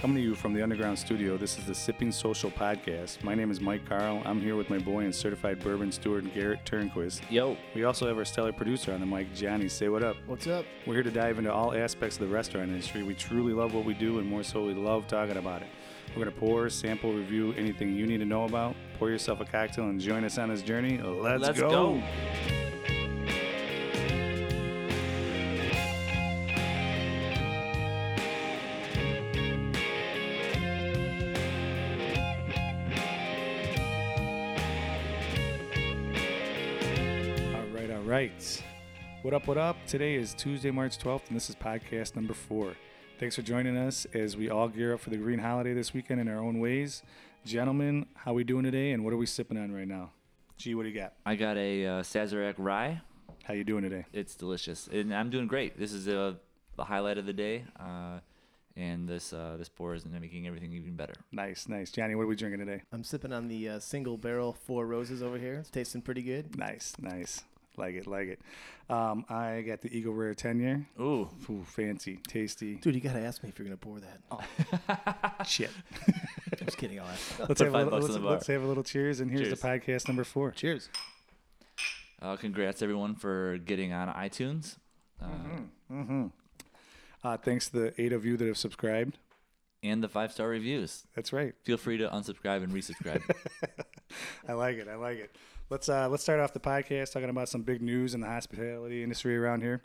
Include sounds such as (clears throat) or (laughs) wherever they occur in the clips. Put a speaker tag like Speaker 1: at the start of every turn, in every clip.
Speaker 1: Coming to you from the Underground Studio, this is the Sipping Social Podcast. My name is Mike Carl. I'm here with my boy and certified bourbon steward, Garrett Turnquist.
Speaker 2: Yo,
Speaker 1: We also have our stellar producer on the mic, Johnny. Say what up.
Speaker 3: What's up?
Speaker 1: We're here to dive into all aspects of the restaurant industry. We truly love what we do, and more so, we love talking about it. We're going to pour, sample, review anything you need to know about. Pour yourself a cocktail and join us on this journey. Let's,
Speaker 2: let's
Speaker 1: go.
Speaker 2: go.
Speaker 1: All right, all right. What up, what up? Today is Tuesday, March 12th, and this is podcast number four. Thanks for joining us as we all gear up for the green holiday this weekend in our own ways. Gentlemen, how we doing today, and what are we sipping on right now? Gee, what do you got?
Speaker 2: I got a uh, Sazerac rye.
Speaker 1: How you doing today?
Speaker 2: It's delicious, and I'm doing great. This is uh, the highlight of the day, uh, and this uh, this pour is making everything even better.
Speaker 1: Nice, nice. Johnny, what are we drinking today?
Speaker 3: I'm sipping on the uh, single barrel Four Roses over here. It's tasting pretty good.
Speaker 1: Nice, nice. Like it, like it. Um, I got the Eagle Rare 10 year.
Speaker 2: Ooh,
Speaker 1: Ooh, fancy, tasty.
Speaker 3: Dude, you gotta ask me if you're gonna pour that.
Speaker 1: Oh,
Speaker 3: I'm
Speaker 1: Shit.
Speaker 3: just kidding.
Speaker 1: (laughs)
Speaker 3: I'll ask.
Speaker 1: Let's
Speaker 2: Put
Speaker 1: have, a
Speaker 2: five
Speaker 1: little,
Speaker 2: bucks in
Speaker 1: let's,
Speaker 2: the bar.
Speaker 1: let's have a little cheers, and here's
Speaker 2: Cheers.
Speaker 1: the podcast number four.
Speaker 3: Cheers.
Speaker 2: uh, congrats everyone for getting on iTunes. Uh,
Speaker 1: Uh, thanks to the eight of you that have subscribed.
Speaker 2: And the five star reviews.
Speaker 1: That's right.
Speaker 2: Feel free to unsubscribe and (laughs) resubscribe.
Speaker 1: I like it. I like it. Let's uh, let's start off the podcast talking about some big news in the hospitality industry around here.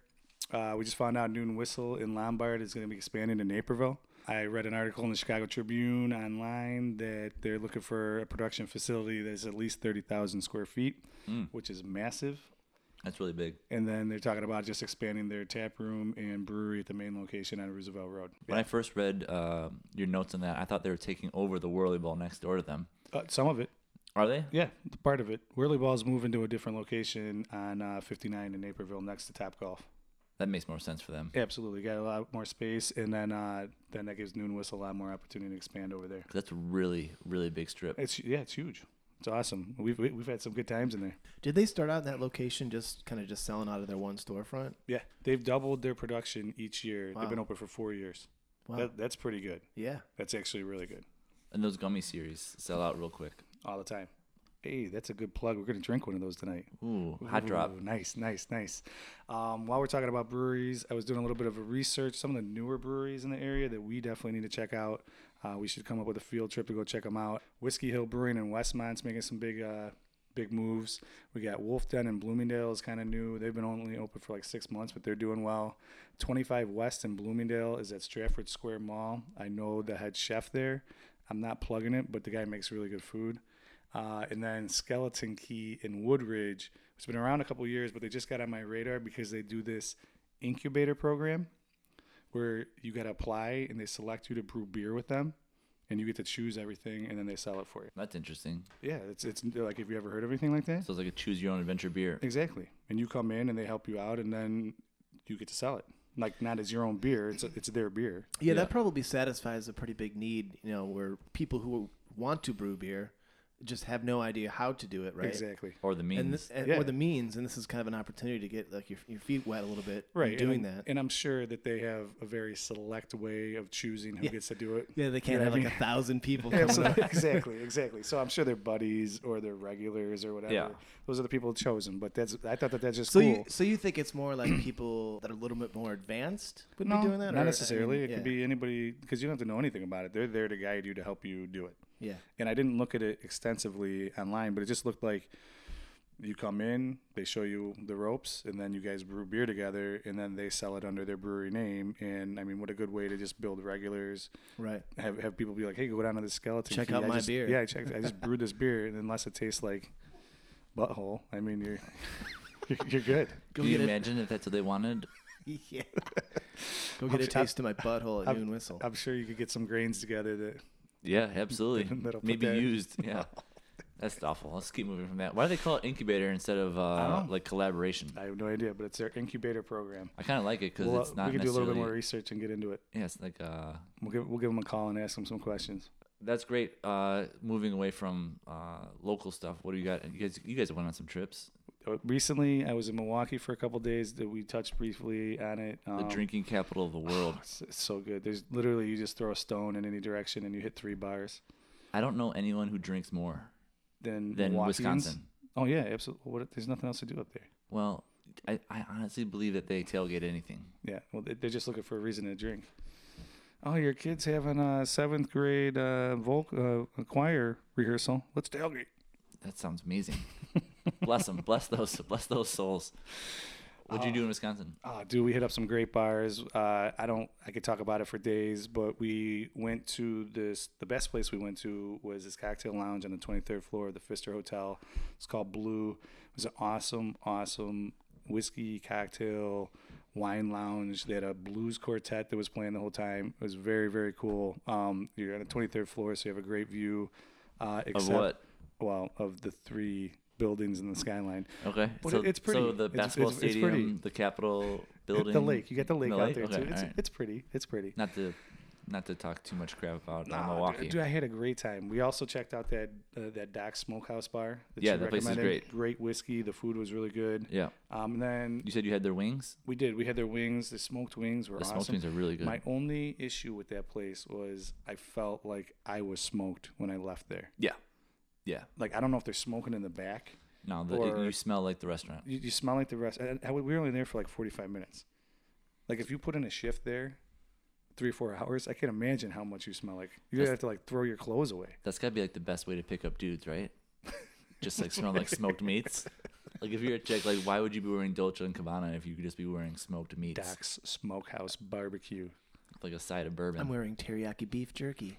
Speaker 1: Uh, we just found out Noon Whistle in Lombard is going to be expanding to Naperville. I read an article in the Chicago Tribune online that they're looking for a production facility that's at least thirty thousand square feet, which is massive.
Speaker 2: That's really big.
Speaker 1: And then they're talking about just expanding their tap room and brewery at the main location on Roosevelt Road.
Speaker 2: When I first read uh, your notes on that, I thought they were taking over the Whirly Ball next door to them.
Speaker 1: Uh, some of it,
Speaker 2: Are they?
Speaker 1: yeah, part of it. Whirly Ball's moving to a different location on uh, 59 in Naperville, next to Top Golf.
Speaker 2: That makes more sense for them.
Speaker 1: Absolutely, got a lot more space, and then uh, then that gives Noon Whistle a lot more opportunity to expand over there.
Speaker 2: 'Cause That's a really, really big strip.
Speaker 1: It's yeah, it's huge. It's awesome. We've we- we've had some good times in there.
Speaker 3: Did they start out in that location just kind of just selling out of their one storefront?
Speaker 1: Yeah, they've doubled their production each year. They've been
Speaker 3: Wow.
Speaker 1: open for four years.
Speaker 3: Wow.
Speaker 1: That, that's pretty good.
Speaker 3: yeah.
Speaker 1: That's actually really good
Speaker 2: And those gummy series sell out real quick.
Speaker 1: all the time. Hey, that's a good plug. We're gonna drink one of those tonight.
Speaker 2: Ooh, hot drop.
Speaker 1: Ooh, Nice, nice, nice. Um, while we're talking about breweries, I was doing a little bit of a research. Some of the newer breweries in the area that we definitely need to check out. Uh, we should come up with a field trip to go check them out. Whiskey Hill Brewing in Westmont's making some big, uh, big moves. We got Wolf Den in Bloomingdale is kind of new. They've been only open for like six months, but they're doing well. 25 West in Bloomingdale is at Stratford Square Mall. I know the head chef there. I'm not plugging it, but the guy makes really good food. Uh, and then Skeleton Key in Woodridge. It's been around a couple years, but they just got on my radar because they do this incubator program where you got to apply and they select you to brew beer with them, and you get to choose everything, and then they sell it for you.
Speaker 2: That's interesting.
Speaker 1: Yeah, it's it's like have you ever heard of anything like that?
Speaker 2: So it's like a choose your own adventure beer.
Speaker 1: Exactly. And you come in and they help you out, and then you get to sell it. Like not as your own beer, it's it's their beer.
Speaker 3: yeah, That probably satisfies a pretty big need. You know, where people who want to brew beer just have no idea how to do it, right?
Speaker 1: Exactly.
Speaker 2: Or the means.
Speaker 3: And this, and,
Speaker 1: Yeah.
Speaker 3: or the means, and this is kind of an opportunity to get like your, your feet wet a little bit. in
Speaker 1: Right, and,
Speaker 3: Doing that.
Speaker 1: and I'm sure that they have a very select way of choosing who gets to do it.
Speaker 3: yeah, they can't
Speaker 1: know
Speaker 3: have
Speaker 1: what I
Speaker 3: like a thousand
Speaker 1: (laughs)
Speaker 3: people coming up.
Speaker 1: Absolutely. exactly, exactly. So I'm sure they're buddies or they're regulars or whatever.
Speaker 2: Yeah.
Speaker 1: Those are the people chosen. But that's I thought that that's just
Speaker 3: So
Speaker 1: cool.
Speaker 3: you so you think it's more like (clears throat) people that are a little bit more advanced
Speaker 1: but
Speaker 3: would
Speaker 1: no,
Speaker 3: be doing that?
Speaker 1: not
Speaker 3: or-
Speaker 1: necessarily.
Speaker 3: I mean,
Speaker 1: it could
Speaker 3: yeah,
Speaker 1: be anybody because you don't have to know anything about it. They're there to guide you to help you do it.
Speaker 3: Yeah.
Speaker 1: And I didn't look at it extensively online, but it just looked like you come in, they show you the ropes, and then you guys brew beer together, and then they sell it under their brewery name. And I mean, what a good way to just build regulars.
Speaker 3: Right.
Speaker 1: have, have people be like, "Hey, go down to the skeleton.
Speaker 3: Check
Speaker 1: Key.
Speaker 3: out
Speaker 1: I
Speaker 3: my
Speaker 1: just-
Speaker 3: beer."
Speaker 1: Yeah, I checked. I just brewed this beer, and unless it tastes like butthole, I mean, you're (laughs) you're, you're good.
Speaker 3: Go
Speaker 2: Can you
Speaker 3: get a,
Speaker 2: imagine if that's what they wanted?
Speaker 3: (laughs)
Speaker 1: (laughs)
Speaker 3: yeah. Go get a taste of my butthole at noon whistle.
Speaker 1: I'm sure you could get some grains together. That (laughs)
Speaker 2: Yeah, absolutely.
Speaker 1: That'll put
Speaker 2: Maybe
Speaker 1: that- (laughs)
Speaker 2: used. Yeah. That's awful. Let's keep moving from that. Why do they call it incubator instead of uh,
Speaker 1: know.
Speaker 2: like collaboration?
Speaker 1: I have no idea, but it's their incubator program.
Speaker 2: I kind of like it because
Speaker 1: Well, uh,
Speaker 2: it's not
Speaker 1: we could do a
Speaker 2: necessarily.
Speaker 1: little bit more e- research and get into it.
Speaker 2: yeah, it's like uh,
Speaker 1: We'll give we'll give them a call and ask them some questions.
Speaker 2: that's great. Uh, moving away from uh, local stuff. What do you got? You guys, you guys went on some trips.
Speaker 1: recently I was in Milwaukee for a couple days that we touched briefly on it. Um,
Speaker 2: the drinking capital of the
Speaker 1: (sighs)
Speaker 2: world.
Speaker 1: It's, it's so good. There's literally you just throw a stone in any direction and you hit three bars.
Speaker 2: I don't know anyone who drinks more
Speaker 1: Then
Speaker 2: than
Speaker 1: Milwaukians-
Speaker 2: Wisconsin.
Speaker 1: Oh yeah, absolutely. What, there's nothing else to do up there.
Speaker 2: Well, I, I honestly believe that they tailgate anything.
Speaker 1: Yeah, well, they- they're just looking for a reason to drink. Oh, your kid's having a seventh grade uh, vocal uh, choir rehearsal. Let's tailgate.
Speaker 2: That sounds
Speaker 1: (laughs)
Speaker 2: amazing. bless them. Bless those. Bless those souls. What'd you do in Wisconsin?
Speaker 1: Oh, dude, we hit up some great bars. Uh, I don't. I could talk about it for days, but we went to this. The best place we went to was this cocktail lounge on the 23rd floor of the Pfister Hotel. It's called Blue. It was an awesome, awesome whiskey cocktail wine lounge. They had a blues quartet that was playing the whole time. It was very, very cool. Um, you're on the 23rd floor, so you have a great view. Uh, except,
Speaker 2: what?
Speaker 1: Well, of the three buildings in the skyline.
Speaker 2: Okay,
Speaker 1: But it- it's pretty.
Speaker 2: So the
Speaker 1: It's-
Speaker 2: basketball
Speaker 1: it's- it's
Speaker 2: stadium,
Speaker 1: pretty.
Speaker 2: the Capitol building,
Speaker 1: The lake. You got the lake out there
Speaker 2: Okay,
Speaker 1: too. It's,
Speaker 2: all right.
Speaker 1: it's pretty. It's pretty.
Speaker 2: not to not to talk too much crap about uh,
Speaker 1: Ah, dude-
Speaker 2: Milwaukee.
Speaker 1: Dude, I had a great time. We also checked out that uh, that Doc Smokehouse bar. That
Speaker 2: Yeah,
Speaker 1: you
Speaker 2: that place is
Speaker 1: recommended.
Speaker 2: great.
Speaker 1: Great whiskey. The food was really good.
Speaker 2: Yeah,
Speaker 1: Um, and then
Speaker 2: you said you had their wings.
Speaker 1: we did. We had their wings. The smoked wings were
Speaker 2: The
Speaker 1: awesome.
Speaker 2: smoked wings are really good.
Speaker 1: My only issue with that place was I felt like I was smoked when I left there.
Speaker 2: yeah, yeah.
Speaker 1: Like I don't know if they're smoking in the back.
Speaker 2: No, the,
Speaker 1: Or-
Speaker 2: you smell like the restaurant.
Speaker 1: You, you smell like the rest. And I- we were only there for like forty five minutes. Like if you put in a shift there, three or four hours, I can't imagine how much you smell like. You
Speaker 2: That's-
Speaker 1: have to like throw your clothes away.
Speaker 2: That's gotta be like the best way to pick up dudes, right? Just like smell like smoked meats. Like if you're a chick, like why would you be wearing Dolce and Cabana if you could just be wearing smoked meats,
Speaker 1: Doc's Smokehouse Barbecue.
Speaker 2: like a side of bourbon?
Speaker 3: I'm wearing teriyaki beef jerky.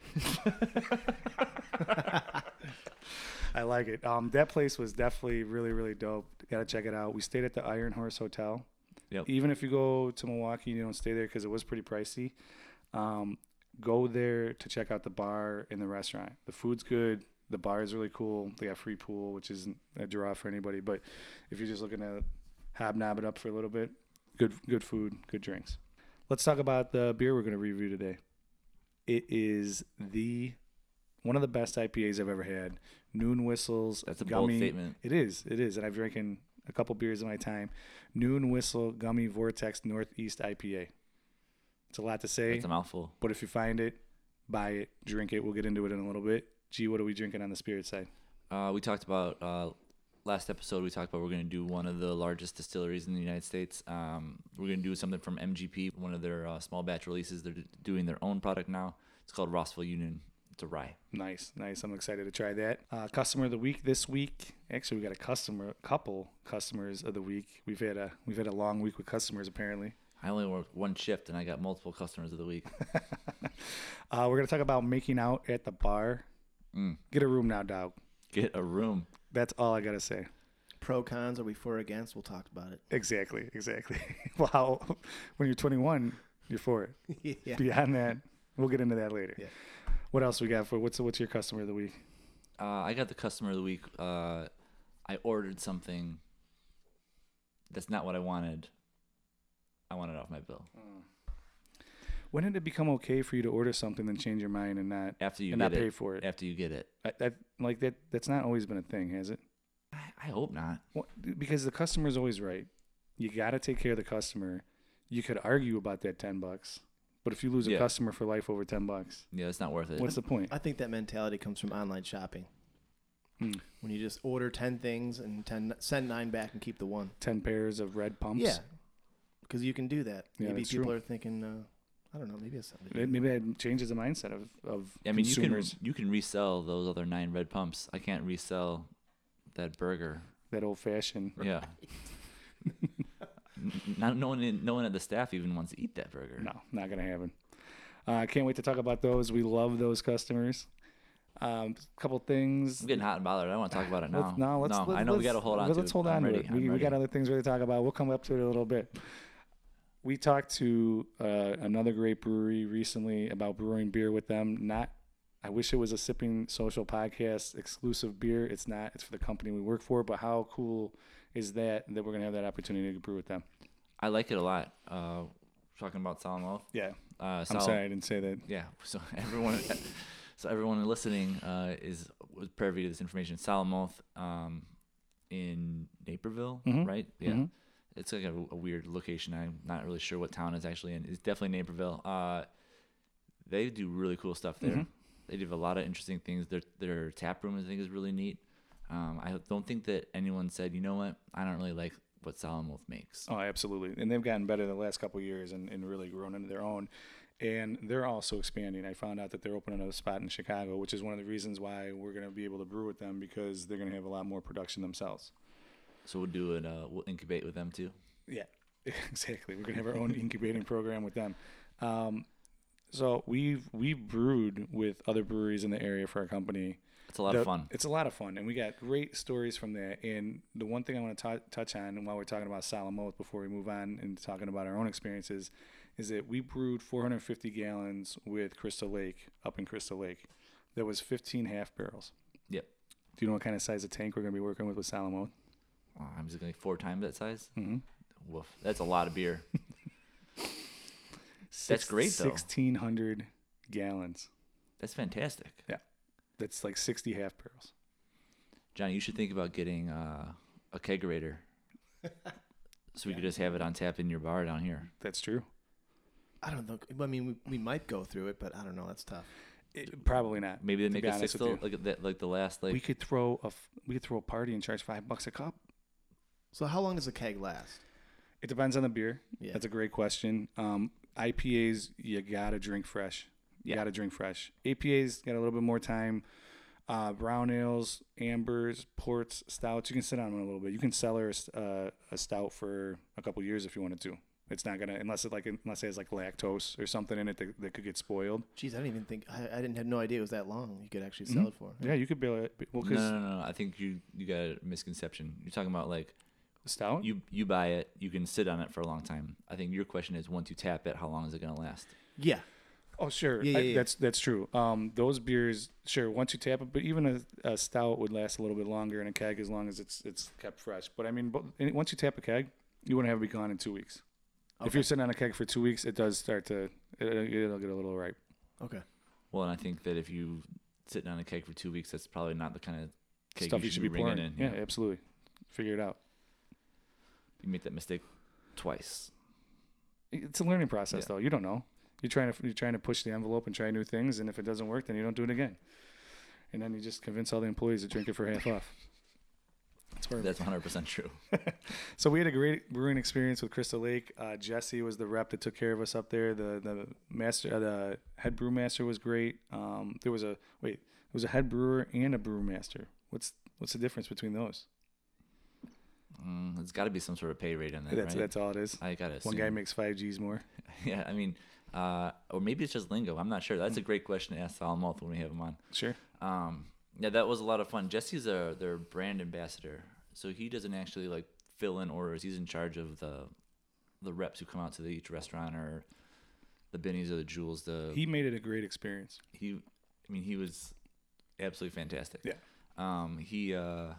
Speaker 1: I like it. Um, that place was definitely really, really dope. Gotta check it out. We stayed at the Iron Horse Hotel.
Speaker 2: Yep.
Speaker 1: Even if you go to Milwaukee and you don't stay there because it was pretty pricey, um, go there to check out the bar and the restaurant. The food's good. The bar is really cool. They got free pool, which isn't a draw for anybody. But if you're just looking to hobnob it up for a little bit, good, good food, good drinks. Let's talk about the beer we're going to review today. It is the one of the best IPAs I've ever had. Noon Whistles.
Speaker 2: That's a bold statement.
Speaker 1: It is. It is. And I've drinking a couple beers in my time. Noon Whistle Gummy Vortex Northeast IPA. It's a lot to say,
Speaker 2: That's a mouthful.
Speaker 1: but if you find it, buy it, drink it. We'll get into it in a little bit. Gee, what are we drinking on the spirit side?
Speaker 2: Uh, we talked about uh, last episode. We talked about we're going to do one of the largest distilleries in the United States. Um, we're going to do something from MGP, one of their uh, small batch releases. They're d- doing their own product now. It's called Rossville Union. It's a rye.
Speaker 1: Nice, nice. I'm excited to try that. Uh, customer of the week this week. Actually, we got a customer, couple customers of the week. We've had a we've had a long week with customers apparently.
Speaker 2: I only worked one shift and I got multiple customers of the week. (laughs)
Speaker 1: Uh, we're gonna talk about making out at the bar. Get a room now, dog.
Speaker 2: Get a room.
Speaker 1: That's all I gotta say.
Speaker 3: Pro cons, are we for or against? We'll talk
Speaker 1: (laughs)
Speaker 3: about it.
Speaker 1: Exactly, exactly. (laughs) well, how, when you're 21, you're for it.
Speaker 3: yeah.
Speaker 1: Beyond that, we'll get into that later.
Speaker 3: Yeah.
Speaker 1: What else we got for what's what's your customer of the week?
Speaker 2: Uh, I got the customer of the week. Uh, I ordered something that's not what I wanted. I wanted off my bill.
Speaker 1: When did it become okay for you to order something and change your mind and not
Speaker 2: After you
Speaker 1: and
Speaker 2: get
Speaker 1: not
Speaker 2: it.
Speaker 1: pay for it?
Speaker 2: After you get it.
Speaker 1: I, I, like that that's not always been a thing, has it?
Speaker 2: I, I hope not.
Speaker 1: Well, because the customer's always right. You got to take care of the customer. You could argue about that 10 bucks, but if you lose a
Speaker 2: Yeah.
Speaker 1: customer for life over 10 bucks,
Speaker 2: Yeah, it's not worth it.
Speaker 1: what's the point?
Speaker 3: I think that mentality comes from online shopping.
Speaker 1: Mm.
Speaker 3: When you just order 10 things and 10 send 9 back and keep the one.
Speaker 1: 10 pairs of red pumps.
Speaker 3: Yeah. Because you can do that.
Speaker 1: Yeah,
Speaker 3: maybe
Speaker 1: that's
Speaker 3: people
Speaker 1: true.
Speaker 3: are thinking, uh, I don't know, maybe it's something. to
Speaker 1: It-
Speaker 3: do.
Speaker 1: Maybe that changes the mindset of, of
Speaker 2: I mean, you can
Speaker 1: consumers.
Speaker 2: you can resell those other nine red pumps. I can't resell that burger.
Speaker 1: That old fashioned. (laughs)
Speaker 2: Yeah. N- Not, no one, in, no one at the staff even wants to eat that burger.
Speaker 1: No, not gonna happen. I uh, can't wait to talk about those. We love those customers. A um, couple things.
Speaker 2: I'm getting hot and bothered. I want to talk about it now.
Speaker 1: Let's, no, let's, let's,
Speaker 2: I know we
Speaker 1: let's-
Speaker 2: got to hold on.
Speaker 1: Let's
Speaker 2: to
Speaker 1: hold
Speaker 2: I'm
Speaker 1: on
Speaker 2: ready.
Speaker 1: to it. We,
Speaker 2: I'm
Speaker 1: we
Speaker 2: ready.
Speaker 1: got other things we're gonna talk about. We'll come up to it in a little bit. We talked to uh, another great brewery recently about brewing beer with them. Not, I wish it was a sipping social podcast exclusive beer. It's not. It's for the company we work for. But how cool is that that we're gonna have that opportunity to brew with them?
Speaker 2: I like it a lot. Uh, talking about Salamoff.
Speaker 1: Yeah,
Speaker 2: Uh,
Speaker 1: I'm
Speaker 2: Sal-
Speaker 1: sorry I didn't say that.
Speaker 2: Yeah. So (laughs) everyone, so everyone listening uh, is was privy to this information. Salamoth, um, in Naperville,
Speaker 1: Mhm.
Speaker 2: right? Yeah.
Speaker 1: Mhm.
Speaker 2: It's like a, a weird location. I'm not really sure what town it's actually in. It's definitely Naperville. Uh, they do really cool stuff there.
Speaker 1: Mhm.
Speaker 2: They do a lot of interesting things. Their their tap room, I think, is really neat. Um, I don't think that anyone said, you know what, I don't really like what Solomon Wolf makes.
Speaker 1: Oh, absolutely. And they've gotten better the last couple of years and, and really grown into their own. And they're also expanding. I found out that they're opening a spot in Chicago, which is one of the reasons why we're going to be able to brew with them because they're going to have a lot more production themselves.
Speaker 2: So we'll do it. Uh, we'll incubate with them too.
Speaker 1: Yeah, (laughs) exactly. We're going to have our own incubating program with them. Um, so we've we brewed with other breweries in the area for our company.
Speaker 2: It's a lot
Speaker 1: The-
Speaker 2: of fun.
Speaker 1: It's a lot of fun, and we got great stories from there. And the one thing I want to touch on, and while we're talking about Salamoth, before we move on and talking about our own experiences, is that we brewed 450 gallons with Crystal Lake up in Crystal Lake. There was 15 half barrels.
Speaker 2: Yep.
Speaker 1: Do you know what kind of size of tank we're going to be working with with Salamoth?
Speaker 2: Wow, I'm just like four times that size.
Speaker 1: Mhm.
Speaker 2: Woof. That's a lot of beer.
Speaker 1: (laughs)
Speaker 2: That's great, though.
Speaker 1: 1600 gallons.
Speaker 2: That's fantastic.
Speaker 1: That's like 60 half barrels.
Speaker 2: Johnny, you should think about getting uh,
Speaker 1: (laughs)
Speaker 2: a kegerator. so we could just have it on tap in your bar down here.
Speaker 1: That's true.
Speaker 3: I don't know. I mean, we, we might go through it, but I don't know. That's tough.
Speaker 1: It- probably not.
Speaker 2: Maybe they
Speaker 1: To
Speaker 2: make
Speaker 1: be
Speaker 2: a
Speaker 1: honest with
Speaker 2: sixthal,
Speaker 1: you.
Speaker 2: like that, like the last, like
Speaker 1: we could throw a f- we could throw a party and charge five bucks a cup.
Speaker 3: So how long does a keg last?
Speaker 1: It depends on the beer.
Speaker 3: Yeah.
Speaker 1: That's a great question. Um, IPAs, you gotta drink fresh. You
Speaker 2: Yeah.
Speaker 1: gotta drink fresh. APAs got a little bit more time. Uh, brown ales, ambers, ports, stouts. You can sit on them a little bit. You can cellar a s- uh, a stout for a couple years if you wanted to. It's not gonna unless it like unless it has like lactose or something in it that, that could get spoiled.
Speaker 3: Jeez, I didn't even think. I, I didn't have no idea it was that long. You could actually sell it for.
Speaker 1: Yeah, you could bail it. Well,
Speaker 2: no,
Speaker 1: because
Speaker 2: no, no, no. I think you you got a misconception. You're talking about like
Speaker 1: stout.
Speaker 2: you you buy it, you can sit on it for a long time. I think your question is once you tap it, how long is it gonna last?
Speaker 3: Yeah.
Speaker 1: Oh sure,
Speaker 3: Yeah,
Speaker 1: I-
Speaker 3: yeah, yeah.
Speaker 1: that's that's true. Um, those beers, sure. Once you tap it, but even a, a stout would last a little bit longer in a keg as long as it's it's kept fresh. But I mean, but, and once you tap a keg, you wouldn't have it be gone in two weeks. If you're sitting on a keg for two weeks, it does start to it, it'll get a little ripe.
Speaker 3: Okay.
Speaker 2: Well, and I think that if you sitting on a keg for two weeks, that's probably not the kind of keg
Speaker 1: Stuff you should be,
Speaker 2: ringing
Speaker 1: pouring.
Speaker 2: in.
Speaker 1: yeah.
Speaker 2: yeah.
Speaker 1: absolutely. Figure it out.
Speaker 2: you make that mistake twice.
Speaker 1: It's a learning process,
Speaker 2: Yeah.
Speaker 1: though. You don't know. You're trying to you're trying to push the envelope and try new things, and if it doesn't work, then you don't do it again. And then you just convince all the employees to drink it for half off. That's where
Speaker 2: That's 100 percent true.
Speaker 1: So we had a great brewing experience with Crystal Lake. Uh, Jesse was the rep that took care of us up there. The the master, uh, the head brewmaster was great. Um, there was a wait, there was a head brewer and a brewmaster. What's what's the difference between those?
Speaker 2: Mm, there's got to be some sort of pay rate on that,
Speaker 1: that's
Speaker 2: right?
Speaker 1: that's all it is.
Speaker 2: I gotta
Speaker 1: One
Speaker 2: assume.
Speaker 1: guy makes five G's more.
Speaker 2: (laughs) yeah, I mean, uh, or maybe it's just lingo. I'm not sure. That's a
Speaker 1: Mm.
Speaker 2: great question to ask Salamoth when we have him on.
Speaker 1: Sure.
Speaker 2: Um, yeah, that was a lot of fun. Jesse's a, their brand ambassador, so he doesn't actually like fill in orders. He's in charge of the the reps who come out to the, each restaurant or the Bennies or the Jewels. The
Speaker 1: He made it a great experience.
Speaker 2: he I mean he was absolutely fantastic.
Speaker 1: Yeah.
Speaker 2: Um he uh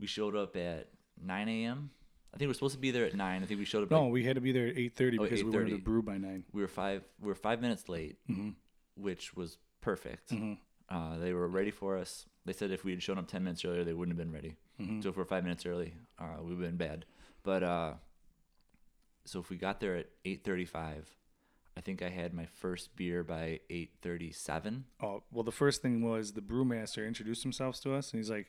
Speaker 2: we showed up at nine AM. I think we are supposed to be there at nine. I think we showed up
Speaker 1: No,
Speaker 2: like,
Speaker 1: we had to be there at eight thirty
Speaker 2: Oh,
Speaker 1: because we wanted to
Speaker 2: 8:30.
Speaker 1: brew by 9
Speaker 2: we were five we were five minutes late,
Speaker 1: Mm-hmm.
Speaker 2: which was perfect.
Speaker 1: Mhm.
Speaker 2: Uh, they were ready for us. They said if we had shown up ten minutes earlier they wouldn't have been ready.
Speaker 1: Mm-hmm.
Speaker 2: So if we're five minutes early, uh, we've been bad. But uh so if we got there at eight thirty five, I think I had my first beer by eight thirty seven.
Speaker 1: Oh well, the first thing was the brewmaster introduced himself to us, and he's like,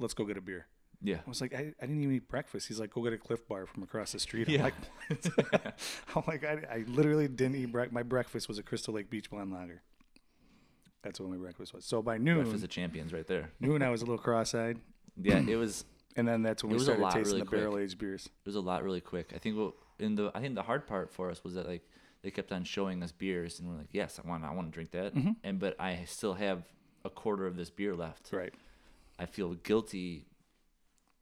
Speaker 1: "Let's go get a beer."
Speaker 2: Yeah.
Speaker 1: I was like, I, I didn't even eat breakfast. He's like, go get a Cliff Bar from across the street. I'm
Speaker 2: Yeah.
Speaker 1: like, what? (laughs) I'm like, I, I literally didn't eat breakfast. My breakfast was a Crystal Lake Beach Blonde Lager. That's what my breakfast was. So by
Speaker 2: Breakfast
Speaker 1: noon,
Speaker 2: of Champions right there.
Speaker 1: noon I was a little cross-eyed,
Speaker 2: Yeah, it was
Speaker 1: and then that's when
Speaker 2: It
Speaker 1: we
Speaker 2: was a
Speaker 1: started
Speaker 2: lot
Speaker 1: tasting
Speaker 2: really
Speaker 1: the
Speaker 2: quick.
Speaker 1: barrel-aged beers.
Speaker 2: it was a lot really quick. I think what in the I think the hard part for us was that like they kept on showing us beers and we're like, yes, I want I want to drink that,
Speaker 1: Mm-hmm.
Speaker 2: and but I still have a quarter of this beer left.
Speaker 1: Right.
Speaker 2: I feel guilty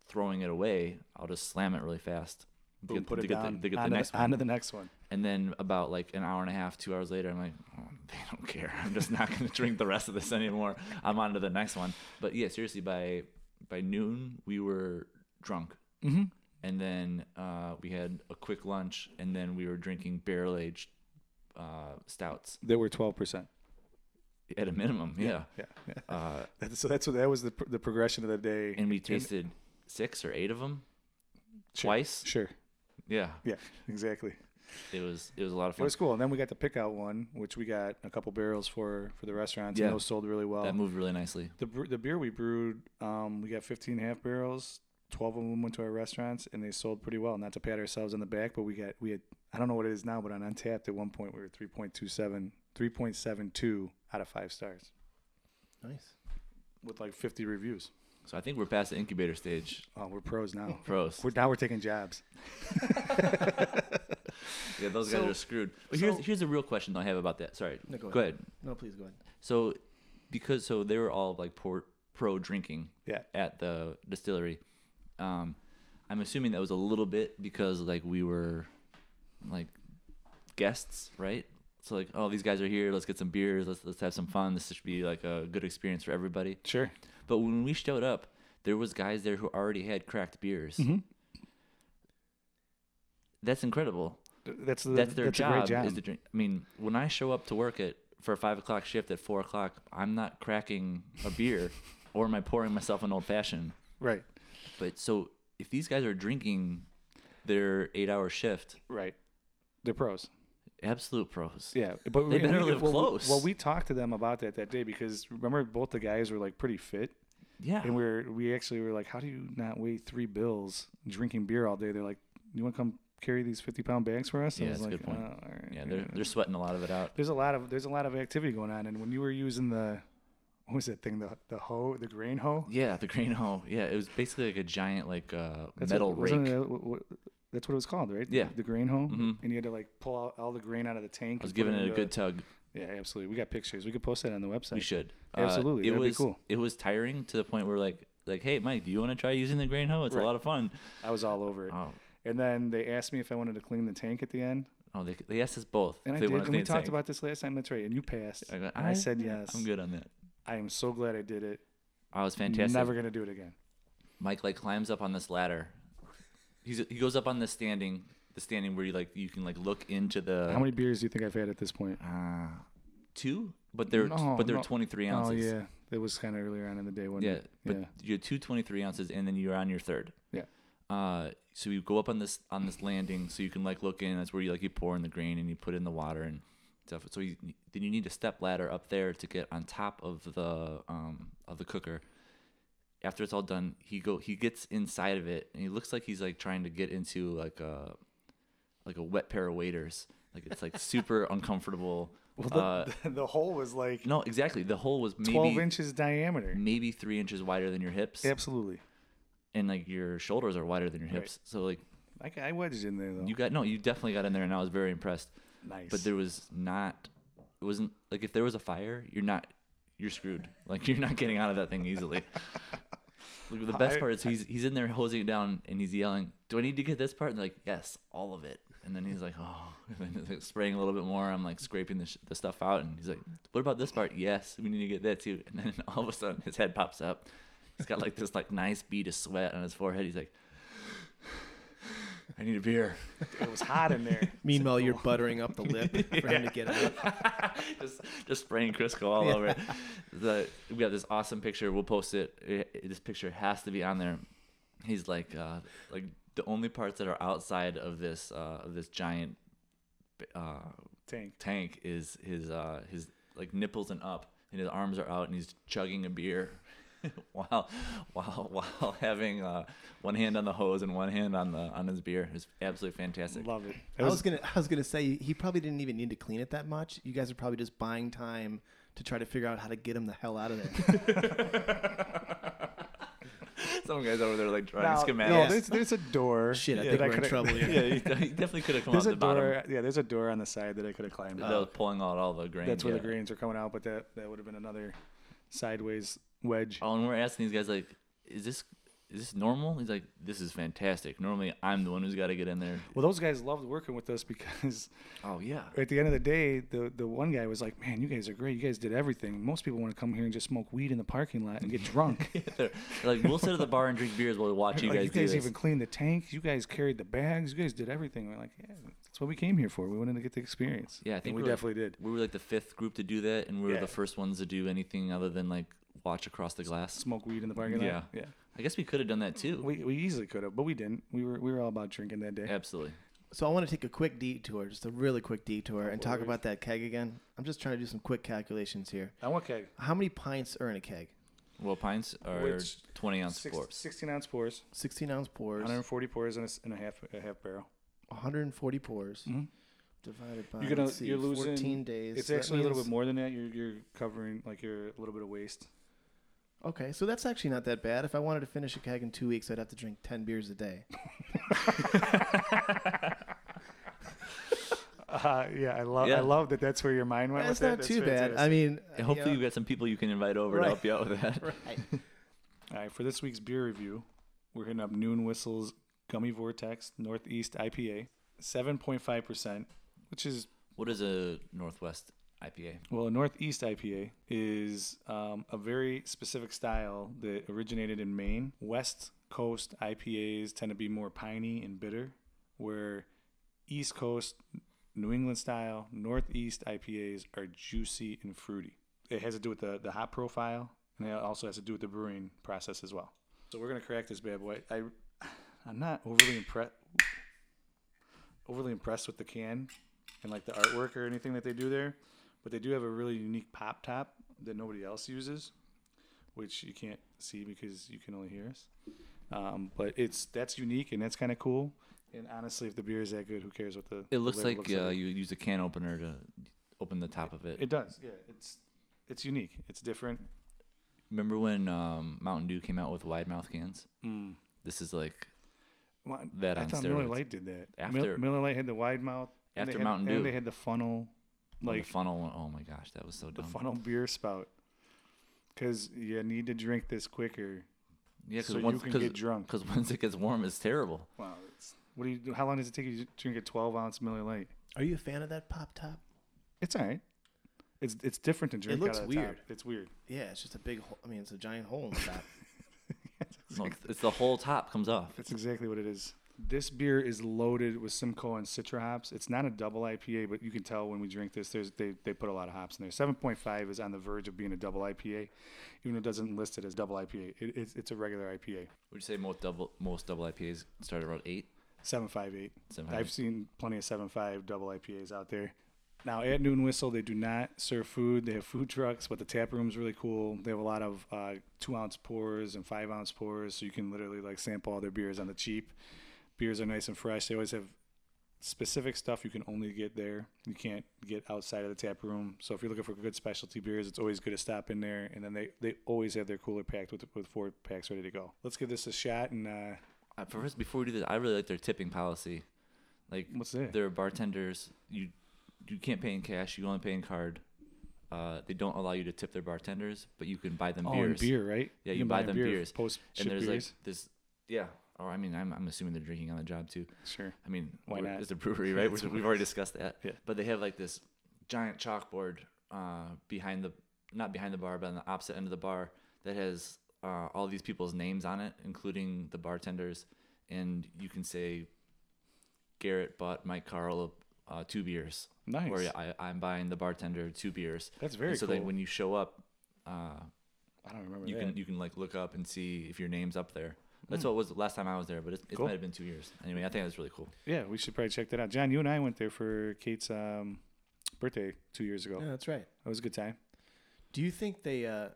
Speaker 2: throwing it away. I'll just slam it really fast. to
Speaker 1: Boom,
Speaker 2: get-
Speaker 1: put
Speaker 2: to
Speaker 1: it
Speaker 2: get the-
Speaker 1: down.
Speaker 2: to get the
Speaker 1: onto,
Speaker 2: next
Speaker 1: onto
Speaker 2: one.
Speaker 1: the next one.
Speaker 2: And then about like an hour and a half, two hours later, I'm like, oh, they don't care. I'm just not going to drink the rest of this anymore. I'm on to the next one. But yeah, seriously, by by noon we were drunk, mm-hmm. and then uh, we had a quick lunch, and then we were drinking barrel aged uh, stouts.
Speaker 1: They were 12%.
Speaker 2: at a minimum. Yeah.
Speaker 1: Yeah. yeah.
Speaker 2: Uh,
Speaker 1: That's- So that's what that was the pr- the progression of the day.
Speaker 2: and we tasted six or eight of them
Speaker 1: Sure.
Speaker 2: twice.
Speaker 1: Sure.
Speaker 2: Yeah.
Speaker 1: Yeah. Exactly.
Speaker 2: It was it was a lot of
Speaker 1: It
Speaker 2: fun.
Speaker 1: was cool. And then we got to pick out one, which we got a couple barrels for for the restaurants,
Speaker 2: Yeah.
Speaker 1: and those sold really well.
Speaker 2: That moved really nicely.
Speaker 1: the bre- the beer we brewed, um, we got 15 half barrels. 12 of them went to our restaurants and they sold pretty well. Not to pat ourselves on the back, but we got we had I don't know what it is now, but on Untapped at one point we were 3.27 3.72 out of 5 stars
Speaker 3: Nice.
Speaker 1: with like 50 reviews.
Speaker 2: So I think we're past the incubator stage.
Speaker 1: Oh, we're pros (laughs) now.
Speaker 2: Pros.
Speaker 1: We're now we're taking jobs.
Speaker 2: Yeah, those guys
Speaker 3: So-
Speaker 2: are screwed. But here's
Speaker 3: so-
Speaker 2: here's a real question I have about that. Sorry.
Speaker 3: No, go
Speaker 2: Go ahead.
Speaker 3: No, please go ahead.
Speaker 2: So because so they were all like poor, pro drinking
Speaker 1: Yeah.
Speaker 2: at the distillery. Um, I'm assuming that was a little bit because like we were like guests, right? So like, oh, these guys are here. Let's get some beers. Let's let's have some fun. This should be like a good experience for everybody.
Speaker 1: Sure.
Speaker 2: But when we showed up, there was guys there who already had cracked beers.
Speaker 1: Mm-hmm.
Speaker 2: That's incredible.
Speaker 1: That's the,
Speaker 2: That's their
Speaker 1: a
Speaker 2: job.
Speaker 1: great job.
Speaker 2: Is to drink. I mean, when I show up to work at for a five o'clock shift at four o'clock, I'm not cracking
Speaker 1: (laughs)
Speaker 2: a beer, or am I pouring myself an old fashioned?
Speaker 1: right.
Speaker 2: But so if these guys are drinking their eight hour shift,
Speaker 1: Right. They're pros.
Speaker 2: absolute pros.
Speaker 1: Yeah, but
Speaker 2: They
Speaker 1: and
Speaker 2: better live
Speaker 1: well,
Speaker 2: close.
Speaker 1: Well, we talked to them about that that day because remember both the guys were like pretty fit,
Speaker 2: Yeah.
Speaker 1: and we are we actually were like, how do you not weigh three bills drinking beer all day? They're like, you want to come carry these fifty pound bags for us? I
Speaker 2: Yeah,
Speaker 1: was
Speaker 2: that's a
Speaker 1: like,
Speaker 2: good point.
Speaker 1: "Oh, all right,
Speaker 2: yeah, they're they're sweating a lot of it out.
Speaker 1: There's a lot of there's a lot of activity going on, and when you were using the what was that thing the the hoe the grain hoe
Speaker 2: Yeah, the grain hoe. Yeah, it was basically like a giant like uh,
Speaker 1: That's
Speaker 2: metal
Speaker 1: what,
Speaker 2: rake.
Speaker 1: wasn't it- what- what- that's what it was called, right?
Speaker 2: Yeah.
Speaker 1: the, grain hoe,
Speaker 2: Mhm.
Speaker 1: and you had to like pull out all the grain out of the tank.
Speaker 2: I was
Speaker 1: and put
Speaker 2: giving it a
Speaker 1: into-
Speaker 2: good tug.
Speaker 1: yeah, absolutely. We got pictures. We could post that on the website.
Speaker 2: We should. Uh,
Speaker 1: Absolutely,
Speaker 2: it
Speaker 1: that'd be
Speaker 2: was
Speaker 1: cool.
Speaker 2: it was tiring to the point where like like hey Mike, do you want to try using the grain hoe? It's
Speaker 1: Right.
Speaker 2: a lot of fun.
Speaker 1: I was all over it.
Speaker 2: Oh,
Speaker 1: And then they asked me if I wanted to clean the tank at the end.
Speaker 2: oh they, they asked us both.
Speaker 1: And
Speaker 2: if
Speaker 1: I
Speaker 2: they
Speaker 1: did.
Speaker 2: wanted
Speaker 1: And we
Speaker 2: to
Speaker 1: talked
Speaker 2: sing.
Speaker 1: about this last time. That's right. And you passed.
Speaker 2: I, go,
Speaker 1: and I
Speaker 2: "Ah,
Speaker 1: said
Speaker 2: yeah,
Speaker 1: yes.
Speaker 2: I'm good on that.
Speaker 1: I am so glad I did it.
Speaker 2: I was fantastic.
Speaker 1: Never going to do it again.
Speaker 2: Mike like climbs up on this ladder. He's he goes up on this standing the standing where you like you can like look into the
Speaker 1: How many beers do you think I've had at this point?
Speaker 2: uh, two, but they're
Speaker 1: No,
Speaker 2: but they're
Speaker 1: no.
Speaker 2: 23
Speaker 1: Oh,
Speaker 2: ounces.
Speaker 1: yeah. It was kind of earlier on in the day. Wasn't
Speaker 2: Yeah,
Speaker 1: It?
Speaker 2: but
Speaker 1: yeah.
Speaker 2: you had two 23 ounces, and then you're on your third.
Speaker 1: Yeah.
Speaker 2: Uh, so you go up on this on this landing, so you can like look in. That's where you like you pour in the grain and you put in the water and stuff. So you, then you need a step ladder up there to get on top of the um of the cooker. After it's all done, he go he gets inside of it and he looks like he's like trying to get into like a like a wet pair of waders. Like it's like super (laughs) uncomfortable.
Speaker 1: Well,
Speaker 2: uh,
Speaker 1: the,
Speaker 3: (laughs)
Speaker 1: the hole was like
Speaker 2: no, exactly. The hole was
Speaker 1: 12
Speaker 2: maybe
Speaker 1: inches diameter.
Speaker 2: maybe three inches wider than your hips
Speaker 1: Absolutely.
Speaker 2: and like your shoulders are wider than your
Speaker 1: Right.
Speaker 2: hips. So like
Speaker 1: I, I wedged in there, though.
Speaker 2: you got no, you definitely got in there, and I was very impressed.
Speaker 1: nice.
Speaker 2: But there was not, it wasn't like if there was a fire, you're not, you're screwed. (laughs) Like you're not getting out of that
Speaker 1: (laughs)
Speaker 2: thing easily. Like, the best
Speaker 1: I-
Speaker 2: part is he's he's in there hosing it down, and he's yelling, "Do I need to get this part?" And they're like, "Yes, all of it." And then he's like, "Oh," (laughs) and then he's like spraying a little bit more. I'm like scraping the, sh- the stuff out, and he's like, "What about this part?" Yes, we need to get that too. And then (laughs) all of a sudden, his head pops up. He's got like this like nice bead of sweat on his forehead. He's like, (sighs) "I need a beer."
Speaker 1: it was hot in
Speaker 2: (laughs)
Speaker 1: there.
Speaker 3: Meanwhile, you're buttering up the (laughs) lip for him to get out.
Speaker 2: (laughs) just just spraying Crisco all over it. The, we got this awesome picture. We'll post it. It- it- This picture has to be on there. He's like uh, like the only parts that are outside of this uh, of this giant uh,
Speaker 1: Tank.
Speaker 2: tank is his uh, his like nipples and up, and his arms are out, and he's chugging a beer. (laughs) while while while (laughs) having uh, one hand on the hose and one hand on the on his beer It's absolutely fantastic.
Speaker 1: Love it. It
Speaker 3: I was gonna, I was gonna say he probably didn't even need to clean it that much. You guys are probably just buying time to try to figure out how to get him the hell out of
Speaker 2: (laughs)
Speaker 3: (laughs) there.
Speaker 2: Some guys over there like drawing
Speaker 1: Now,
Speaker 2: schematics.
Speaker 1: No, there's, there's a door.
Speaker 3: Shit, I
Speaker 1: that
Speaker 3: think we're in
Speaker 1: coulda-
Speaker 3: trouble
Speaker 2: (laughs)
Speaker 3: here.
Speaker 2: yeah, he de- he definitely could have come out
Speaker 1: There's
Speaker 2: the
Speaker 1: a
Speaker 2: bottom. Uh,
Speaker 1: door. Yeah, there's a door on the side that I could have climbed
Speaker 2: That
Speaker 1: up.
Speaker 2: was pulling out all the grain.
Speaker 1: That's where
Speaker 2: yeah.
Speaker 1: the grains are coming out, but that that would have been another sideways wedge.
Speaker 2: Oh, and we're asking these guys like, "Is this is this normal?" He's like, "This is fantastic. Normally, I'm the one who's got to get in there."
Speaker 1: Well, those guys loved working with us because (laughs)
Speaker 2: Oh yeah, (laughs)
Speaker 1: at the end of the day, the the one guy was like, "Man, you guys are great. You guys did everything. Most people want to come here and just smoke weed in the parking lot and get
Speaker 2: (laughs)
Speaker 1: drunk. Like,
Speaker 2: They're like we'll sit at the bar and
Speaker 1: (laughs)
Speaker 2: drink beers while we watch you
Speaker 1: you
Speaker 2: guys
Speaker 1: guys,
Speaker 2: do this.
Speaker 1: even cleaned the tanks. You guys carried the bags. You guys did everything." We're like, "Yeah, that's That's what we came here for. We wanted to get the experience.
Speaker 2: Yeah, I think
Speaker 1: and we
Speaker 2: we're-
Speaker 1: definitely did.
Speaker 2: We were like the fifth group to do that, and we were
Speaker 1: Yeah.
Speaker 2: the first ones to do anything other than like watch across the glass.
Speaker 1: Smoke weed in the parking lot.
Speaker 2: Yeah.
Speaker 1: yeah.
Speaker 2: I guess we could have done that too.
Speaker 1: We, we easily could have, but we didn't. We were we were all about drinking that day.
Speaker 2: Absolutely.
Speaker 3: So I want to take a quick detour, just a really quick detour, and talk about that keg again. I'm just trying to do some quick calculations here.
Speaker 1: I want keg.
Speaker 3: How many pints are in a keg?
Speaker 2: Well, pints are
Speaker 1: Which-
Speaker 2: 20 ounce
Speaker 1: Six,
Speaker 2: pours.
Speaker 1: 16 ounce pours,
Speaker 3: 16 ounce pours,
Speaker 1: 140 pours in a, s- in a half a half barrel.
Speaker 3: 140 pours,
Speaker 1: Mhm.
Speaker 3: divided by
Speaker 1: You're gonna
Speaker 3: let's see,
Speaker 1: you're losing
Speaker 3: 14 days.
Speaker 1: It's
Speaker 3: So that
Speaker 1: actually a little
Speaker 3: means-
Speaker 1: bit more than that. You're you're covering like you're a little bit of waste.
Speaker 3: Okay, so that's actually not that bad. If I wanted to finish a keg in two weeks, I'd have to drink 10 beers a day.
Speaker 1: Uh, yeah, I love
Speaker 2: Yeah.
Speaker 1: I love that. That's where your mind went.
Speaker 3: that's
Speaker 1: with
Speaker 3: not
Speaker 1: that.
Speaker 3: too bad. I
Speaker 1: fantastic.
Speaker 3: mean,
Speaker 2: And hopefully,
Speaker 3: you
Speaker 2: you've got some people you can invite over
Speaker 3: Right.
Speaker 2: to help you out
Speaker 1: (laughs)
Speaker 2: with that.
Speaker 3: know, (laughs) right.
Speaker 1: All right, for this week's beer review, we're hitting up Noon Whistle's Gummy Vortex Northeast IPA, 7.5 percent, which is
Speaker 2: What is a Northwest IPA?
Speaker 1: Well, a Northeast IPA is um, a very specific style that originated in Maine. West Coast IPAs tend to be more piney and bitter, where East Coast, New England style, Northeast IPAs are juicy and fruity. It has to do with the, the hop profile, and it also has to do with the brewing process as well. So we're gonna crack this bad boy. I, I'm not overly impressed, overly impressed with the can, and like the artwork or anything that they do there, but they do have a really unique pop top that nobody else uses, which you can't see because you can only hear us. Um, but it's that's unique and that's kind of cool. And honestly, if the beer is that good, who cares what the
Speaker 2: It looks
Speaker 1: the label
Speaker 2: like, uh,
Speaker 1: like.
Speaker 2: you use a can opener to open the top of it.
Speaker 1: It does. Yeah, it's it's unique. It's different.
Speaker 2: Remember when um, Mountain Dew came out with wide mouth cans?
Speaker 1: Mm.
Speaker 2: This is like
Speaker 1: Well,
Speaker 2: That
Speaker 1: I
Speaker 2: on
Speaker 1: thought Miller
Speaker 2: steroids.
Speaker 1: Lite did that. Mil-
Speaker 2: After-
Speaker 1: Miller Lite had the wide mouth. and
Speaker 2: After
Speaker 1: they had-
Speaker 2: Mountain Dew.
Speaker 1: and they had the funnel,
Speaker 2: like
Speaker 1: like
Speaker 2: the funnel. one- Oh my gosh, that was so
Speaker 1: the
Speaker 2: dumb.
Speaker 1: funnel beer spout. Because you need to drink this quicker.
Speaker 2: yeah,
Speaker 1: so you can get drunk.
Speaker 2: Because once it gets warm, it's terrible.
Speaker 1: Wow. It's, what do you? do? How long does it take you to drink a 12 ounce Miller Lite?
Speaker 3: Are you a fan of that pop top?
Speaker 1: It's all right. It's it's different to drink.
Speaker 3: looks
Speaker 1: out of the top.
Speaker 3: weird.
Speaker 1: It's weird.
Speaker 3: Yeah, it's just a big. Hole. I mean, it's a giant hole in the top.
Speaker 2: No, it's- it's the whole top
Speaker 1: (laughs)
Speaker 2: comes off.
Speaker 1: That's exactly what it is. This beer is loaded with Simcoe and Citra hops. It's not a double IPA, but you can tell when we drink this, there's, they, they put a lot of hops in there. 7.5 is on the verge of being a double IPA, even though it doesn't list it as double IPA. It, it's, it's a regular IPA.
Speaker 2: Would you say most double most double IPAs start around eight?
Speaker 1: 758.
Speaker 2: 758.
Speaker 1: I've seen plenty of 75 double IPAs out there. Now at Noon Whistle, they do not serve food. They have food trucks, but the tap room's really cool. They have a lot of uh, two ounce pours and five ounce pours, so you can literally like sample all their beers on the cheap. Beers are nice and fresh. They always have specific stuff you can only get there. You can't get outside of the tap room. So if you're looking for good specialty beers, it's always good to stop in there. And then they, they always have their cooler packed with with four packs ready to go. Let's give this a shot. And uh,
Speaker 2: Uh, First, before we do this, I really like their tipping policy. Like
Speaker 1: what's that?
Speaker 2: their bartenders, you you can't pay in cash. You only pay in card. Uh, they don't allow you to tip their bartenders, but you can buy them
Speaker 1: Oh, and
Speaker 2: beers.
Speaker 1: beer, right?
Speaker 2: Yeah, you
Speaker 1: can
Speaker 2: buy them
Speaker 1: beer,
Speaker 2: beers.
Speaker 1: Post
Speaker 2: And
Speaker 1: ship
Speaker 2: there's
Speaker 1: beers.
Speaker 2: like this, yeah. Or I mean, I'm, I'm assuming they're drinking on the job too.
Speaker 1: sure.
Speaker 2: I mean,
Speaker 1: Why
Speaker 2: we're-
Speaker 1: not?
Speaker 2: It's a
Speaker 1: (laughs)
Speaker 2: brewery, right? We're-
Speaker 1: It's-
Speaker 2: We've already discussed that.
Speaker 1: Yeah.
Speaker 2: But they have like this giant chalkboard uh, behind the, not behind the bar, but on the opposite end of the bar that has uh, all these people's names on it, including the bartenders. And you can say, Garrett bought Mike Carl uh, two beers.
Speaker 1: Nice.
Speaker 2: Or I, I'm buying the bartender two beers.
Speaker 1: That's very
Speaker 2: And so that
Speaker 1: cool.
Speaker 2: when you show up, uh,
Speaker 1: I don't remember
Speaker 2: you
Speaker 1: that.
Speaker 2: can you can like look up and see if your name's up there. That's what it was last time I was there, but it, it
Speaker 1: Hmm. Cool.
Speaker 2: might have been two years. Anyway, I think that's really cool.
Speaker 1: yeah, we should probably check that out. John, you and I went there for Kate's um, birthday two years ago.
Speaker 3: yeah, that's right.
Speaker 1: That was a good time.
Speaker 3: Do you think they uh,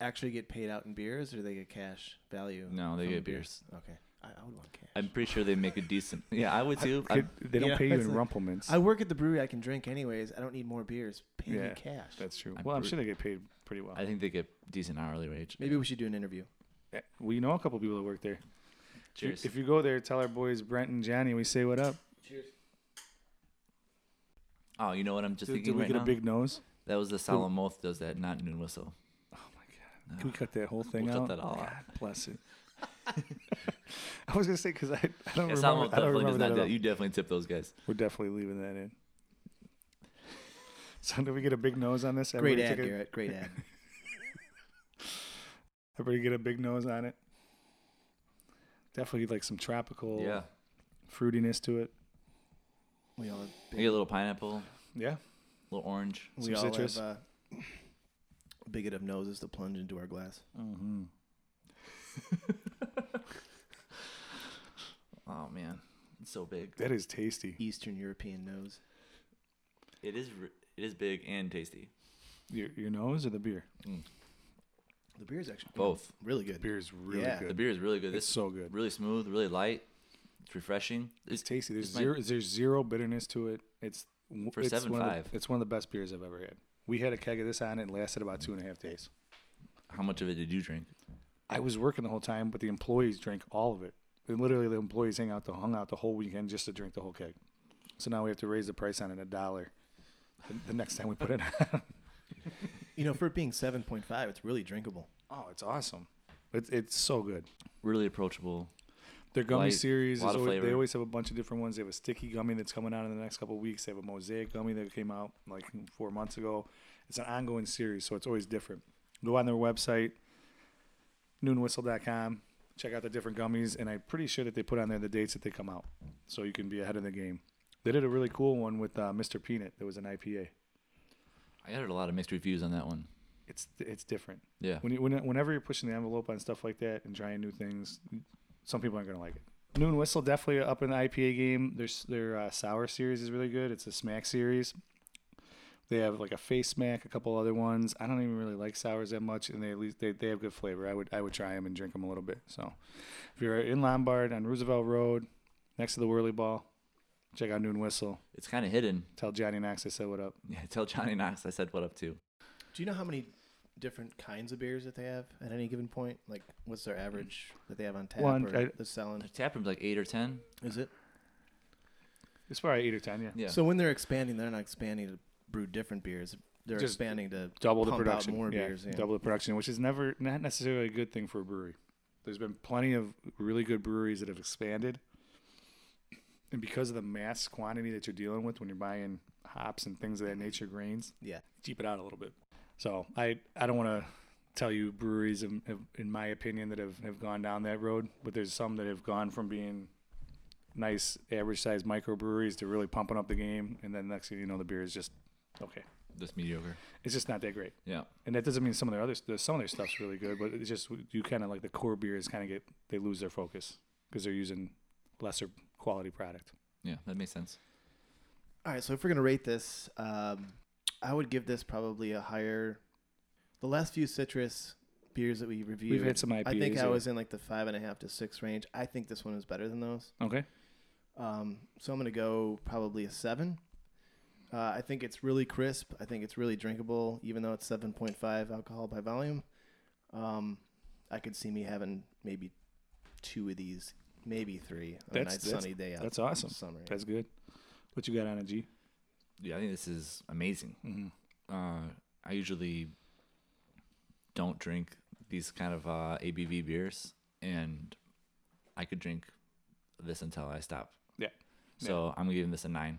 Speaker 3: actually get paid out in beers, or do they get cash value?
Speaker 2: No, they
Speaker 3: from
Speaker 2: get
Speaker 3: the
Speaker 2: beers.
Speaker 3: Okay, I, I would want cash.
Speaker 2: I'm pretty sure they make a decent. (laughs) Yeah, I would too. I,
Speaker 1: Kid- they don't
Speaker 3: Yeah,
Speaker 1: pay you
Speaker 3: it's
Speaker 1: in
Speaker 3: like-
Speaker 1: rumplements.
Speaker 3: I work at the brewery. I can drink anyways. I don't need more beers. Pay me
Speaker 1: Yeah,
Speaker 3: cash.
Speaker 1: That's true.
Speaker 2: I'm
Speaker 1: well, I'm
Speaker 2: pretty-
Speaker 1: sure they get paid pretty well.
Speaker 2: I think they get decent hourly wage.
Speaker 3: Maybe we should do an interview.
Speaker 1: Yeah, we know a couple people that work there. If you-
Speaker 2: Cheers.
Speaker 1: If you go there, tell our boys Brent and Johnny we say what up.
Speaker 2: oh, you know what I'm just
Speaker 1: Did,
Speaker 2: thinking
Speaker 1: we
Speaker 2: right
Speaker 1: get
Speaker 2: now.
Speaker 1: a big nose?
Speaker 2: that was the solemn oath does that, not noon whistle.
Speaker 1: Oh my god! Can we cut that whole thing
Speaker 2: We'll
Speaker 1: out?
Speaker 2: cut that all
Speaker 1: God
Speaker 2: out.
Speaker 1: bless
Speaker 2: (laughs)
Speaker 1: it. (laughs) I was gonna say because I, I don't remember.
Speaker 2: Yeah, solemn oath
Speaker 1: I don't
Speaker 2: definitely
Speaker 1: remember
Speaker 2: does
Speaker 1: that
Speaker 2: not.
Speaker 1: at
Speaker 2: do-
Speaker 1: all.
Speaker 2: You definitely tip those guys.
Speaker 1: We're definitely leaving that in. (laughs) So did we get a big nose on this?
Speaker 3: Great ad,
Speaker 1: Everybody take a-
Speaker 3: Garrett. Great ad.
Speaker 1: Everybody get a big nose on it. Definitely like some tropical
Speaker 2: Yeah.
Speaker 1: fruitiness to it.
Speaker 3: We all have
Speaker 2: I get a little pineapple,
Speaker 1: Yeah.
Speaker 2: a little orange.
Speaker 1: Some
Speaker 3: we all
Speaker 1: citrus.
Speaker 3: have uh, bigot of noses to plunge into our glass.
Speaker 1: Mm-hmm.
Speaker 2: Oh man, it's so big.
Speaker 1: That is tasty.
Speaker 3: Eastern European nose.
Speaker 2: It is r- it is big and tasty.
Speaker 1: Your, your nose or the beer?
Speaker 3: The beer's actually
Speaker 2: Both.
Speaker 3: really good.
Speaker 1: Beer is really
Speaker 3: Yeah.
Speaker 2: The
Speaker 1: Mm-hmm. good.
Speaker 2: beer is really good.
Speaker 1: It's
Speaker 2: This
Speaker 1: so good.
Speaker 2: really smooth, really light. It's refreshing.
Speaker 1: It's tasty. There's
Speaker 2: it's my-
Speaker 1: zero. There's zero bitterness to it. It's w-
Speaker 2: For
Speaker 1: it's one of the-
Speaker 2: 7.5.
Speaker 1: It's one of the best beers I've ever had. We had a keg of this on it. It lasted about two and a half days.
Speaker 2: How much of it did you drink?
Speaker 1: I was working the whole time, but the employees drank all of it. And literally, the employees hang out the hung out the whole weekend just to drink the whole keg. So now we have to raise the price on it a dollar. the- The next time we put it on. (laughs)
Speaker 3: You know, for it being 7.5, it's really drinkable.
Speaker 1: oh, it's awesome. It's it's so good.
Speaker 2: Really approachable.
Speaker 1: Their gummy
Speaker 2: Light,
Speaker 1: series, is
Speaker 2: lot of
Speaker 1: always, they
Speaker 2: flavor.
Speaker 1: always have a bunch of different ones. They have a sticky gummy that's coming out in the next couple of weeks. They have a mosaic gummy that came out like four months ago. It's an ongoing series, so it's always different. Go on their website, noonwhistle.com, check out the different gummies, and I'm pretty sure that they put on there the dates that they come out, so you can be ahead of the game. They did a really cool one with uh, Mr. Peanut. That was an IPA.
Speaker 2: I heard a lot of mixed reviews on that one.
Speaker 1: It's it's different.
Speaker 2: Yeah.
Speaker 1: When you when, whenever you're pushing the envelope on stuff like that and trying new things, some people aren't gonna like it. Noon Whistle definitely up in the IPA game. Their s- their uh, sour series is really good. It's a smack series. They have like a face smack, a couple other ones. I don't even really like sours that much, and they at least they, they have good flavor. I would I would try them and drink them a little bit. So if you're in Lombard on Roosevelt Road, next to the Whirly Ball, check out Noon Whistle.
Speaker 2: It's kind of hidden. (laughs)
Speaker 1: Tell Johnny Knox I said what up.
Speaker 2: Yeah, tell Johnny Knox I said what up to.
Speaker 3: Do you know how many different kinds of beers that they have at any given point? Like, what's their average that they have on tap
Speaker 1: One,
Speaker 3: or
Speaker 1: I-
Speaker 3: they're selling?
Speaker 2: The tap room's like eight or ten.
Speaker 3: Is it?
Speaker 1: It's probably eight or ten, yeah.
Speaker 2: Yeah.
Speaker 3: So when they're expanding, they're not expanding to brew different beers. They're
Speaker 1: Just
Speaker 3: expanding to
Speaker 1: double the
Speaker 3: pump
Speaker 1: production,
Speaker 3: out more
Speaker 1: yeah,
Speaker 3: beers. Yeah.
Speaker 1: double the production, which is never not necessarily a good thing for a brewery. There's been plenty of really good breweries that have expanded, and because of the mass quantity that you're dealing with when you're buying hops and things of that nature, grains,
Speaker 3: Yeah.
Speaker 1: keep it out a little bit. So I I don't want to tell you breweries, in, in my opinion, that have, have gone down that road, but there's some that have gone from being nice average sized microbreweries to really pumping up the game, and then next thing you know, the beer is just okay.
Speaker 2: Just mediocre.
Speaker 1: It's just not that great
Speaker 2: Yeah.
Speaker 1: and that doesn't mean some of their other there's some of their stuff's really good, but it's just you kind of like the core beers kind of get they lose their focus because they're using lesser quality product.
Speaker 2: Yeah. That makes sense.
Speaker 3: All right. So if we're gonna rate this, um, I would give this probably a higher. The last few citrus beers that we reviewed,
Speaker 1: We've had some IPAs.
Speaker 3: I think I
Speaker 1: yeah.
Speaker 3: was in like the five and a half to six range. I think this one is better than those.
Speaker 1: okay.
Speaker 3: Um, so I'm gonna go probably a seven. Uh, I think it's really crisp. I think it's really drinkable, even though it's 7.5 alcohol by volume. Um, I could see me having maybe two of these, maybe three on
Speaker 1: That's-
Speaker 3: a nice
Speaker 1: that's-
Speaker 3: sunny day out.
Speaker 1: that's awesome.
Speaker 3: in Summer.
Speaker 1: That's good. What you got on a G?
Speaker 2: Yeah. I think this is amazing.
Speaker 1: Mhm.
Speaker 2: Uh, I usually don't drink these kind of uh, ABV beers, and I could drink this until I stop.
Speaker 1: Yeah.
Speaker 2: So I'm giving this a nine.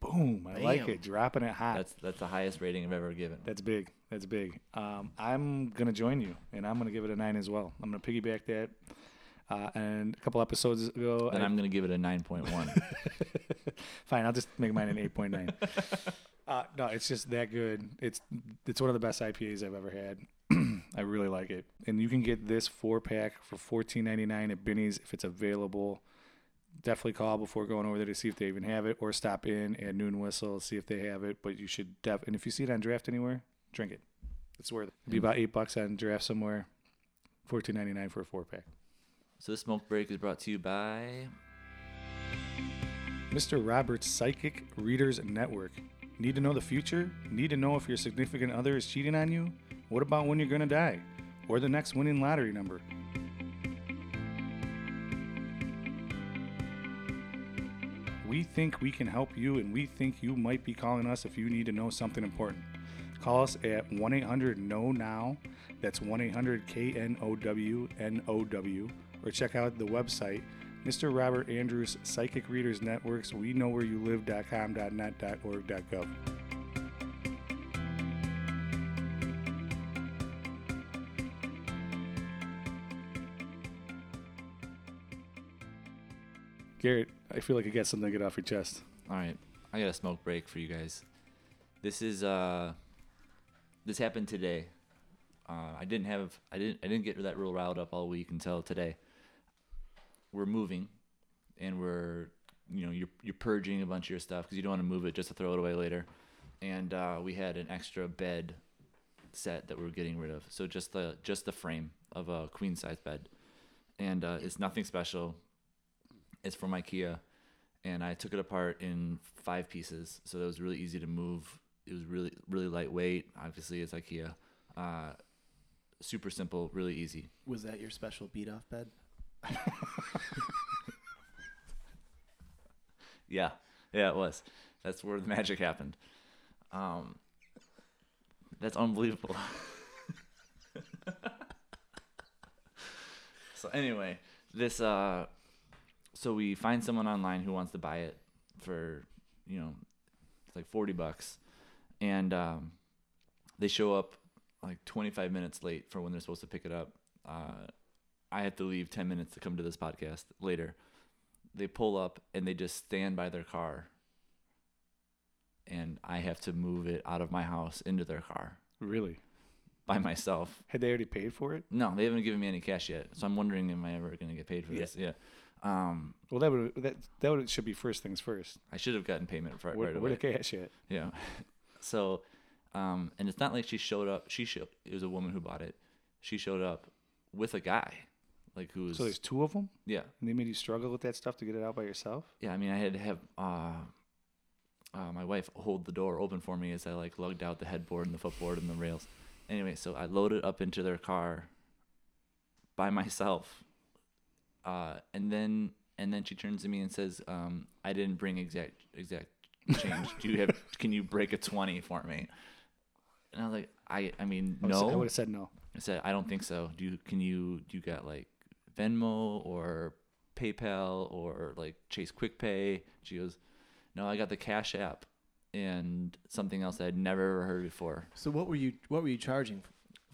Speaker 1: Boom! I like
Speaker 3: Bam.
Speaker 1: it. Dropping it hot. That's,
Speaker 2: That's that's the highest rating I've ever given.
Speaker 1: big. That's big. Um, I'm gonna join you, and I'm gonna give it a nine as well. I'm gonna piggyback that. Uh, and a couple episodes ago,
Speaker 2: Then
Speaker 1: I-
Speaker 2: I'm gonna give it a nine point one. (laughs)
Speaker 1: (laughs) Fine, I'll just make mine an eight point nine. uh, no, it's just that good. It's it's one of the best IPAs I've ever had. (clears throat) I really like it, and you can get this four pack for fourteen ninety nine at Binny's if it's available. Definitely call before going over there to see if they even have it, or stop in at Noon Whistle see if they have it. But you should def and if you see it on draft anywhere, drink it. It's worth it. It'd be about eight bucks on draft somewhere. Fourteen ninety nine for a four pack.
Speaker 2: so this smoke break is brought to you by
Speaker 1: Mr. Roberts Psychic Readers Network. Need to know the future? Need to know if your significant other is cheating on you? What about when you're gonna die? Or the next winning lottery number? We think we can help you, and we think you might be calling us if you need to know something important. Call us at 1 800 NO NOW. That's 1 800 K N O W N O W. Or check out the website, Mr. Robert Andrews Psychic Readers Networks, we know where you live.com.net.org.gov. Garrett, I feel like I got something to get off your chest.
Speaker 2: all right. I got a smoke break for you guys. This is uh, this happened today. Uh, I didn't have I didn't I didn't get that real riled up all week until today. We're moving, and we're you know you're you're purging a bunch of your stuff because you don't want to move it just to throw it away later. And uh, we had an extra bed set that we were getting rid of. So just the just the frame of a queen size bed, and uh, it's nothing special. It's from IKEA, and I took it apart in five pieces, so that was really easy to move. It was really really lightweight. Obviously, it's IKEA. Uh, super simple, really easy.
Speaker 3: Was that your special beat off bed?
Speaker 2: Yeah, yeah, it was. That's where the magic happened. Um, that's unbelievable. (laughs) so anyway, this uh, so we find someone online who wants to buy it for you know, it's like forty bucks, and um, they show up like twenty five minutes late for when they're supposed to pick it up. Uh, I have to leave ten minutes to come to this podcast later. They pull up and they just stand by their car and I have to move it out of my house into their car
Speaker 1: Really?
Speaker 2: by (laughs) myself.
Speaker 1: Had they already paid for it?
Speaker 2: No, they haven't given me any cash yet, so I'm wondering am I ever going to get paid for
Speaker 3: Yeah.
Speaker 2: this? Yeah. Um,
Speaker 1: Well, that would that that would, should be first things first.
Speaker 2: I should have gotten payment for it
Speaker 1: Where,
Speaker 2: right
Speaker 1: where
Speaker 2: away.
Speaker 1: the cash at?
Speaker 2: Yeah. (laughs) So, um, and it's not like she showed up. She showed. It was a woman who bought it. She showed up with a guy, like who was.
Speaker 1: So there's two of them,
Speaker 2: yeah.
Speaker 1: and they made you struggle with that stuff to get it out by yourself.
Speaker 2: yeah, I mean, I had to have uh, uh, my wife hold the door open for me as I like lugged out the headboard and the footboard and the rails. Anyway, so I loaded up into their car by myself, uh, and then and then she turns to me and says, um, "I didn't bring exact exact change. Do
Speaker 1: (laughs)
Speaker 2: you have? Can you break a twenty for me?" And I was like, "I I mean,
Speaker 1: I
Speaker 2: no."
Speaker 1: would have said no.
Speaker 2: I said, I don't think so. Do you, can you, do you got like Venmo or PayPal or like Chase Quick Pay? She goes, no, I got the Cash App and something else that I'd never heard before.
Speaker 3: So what were you what were you charging?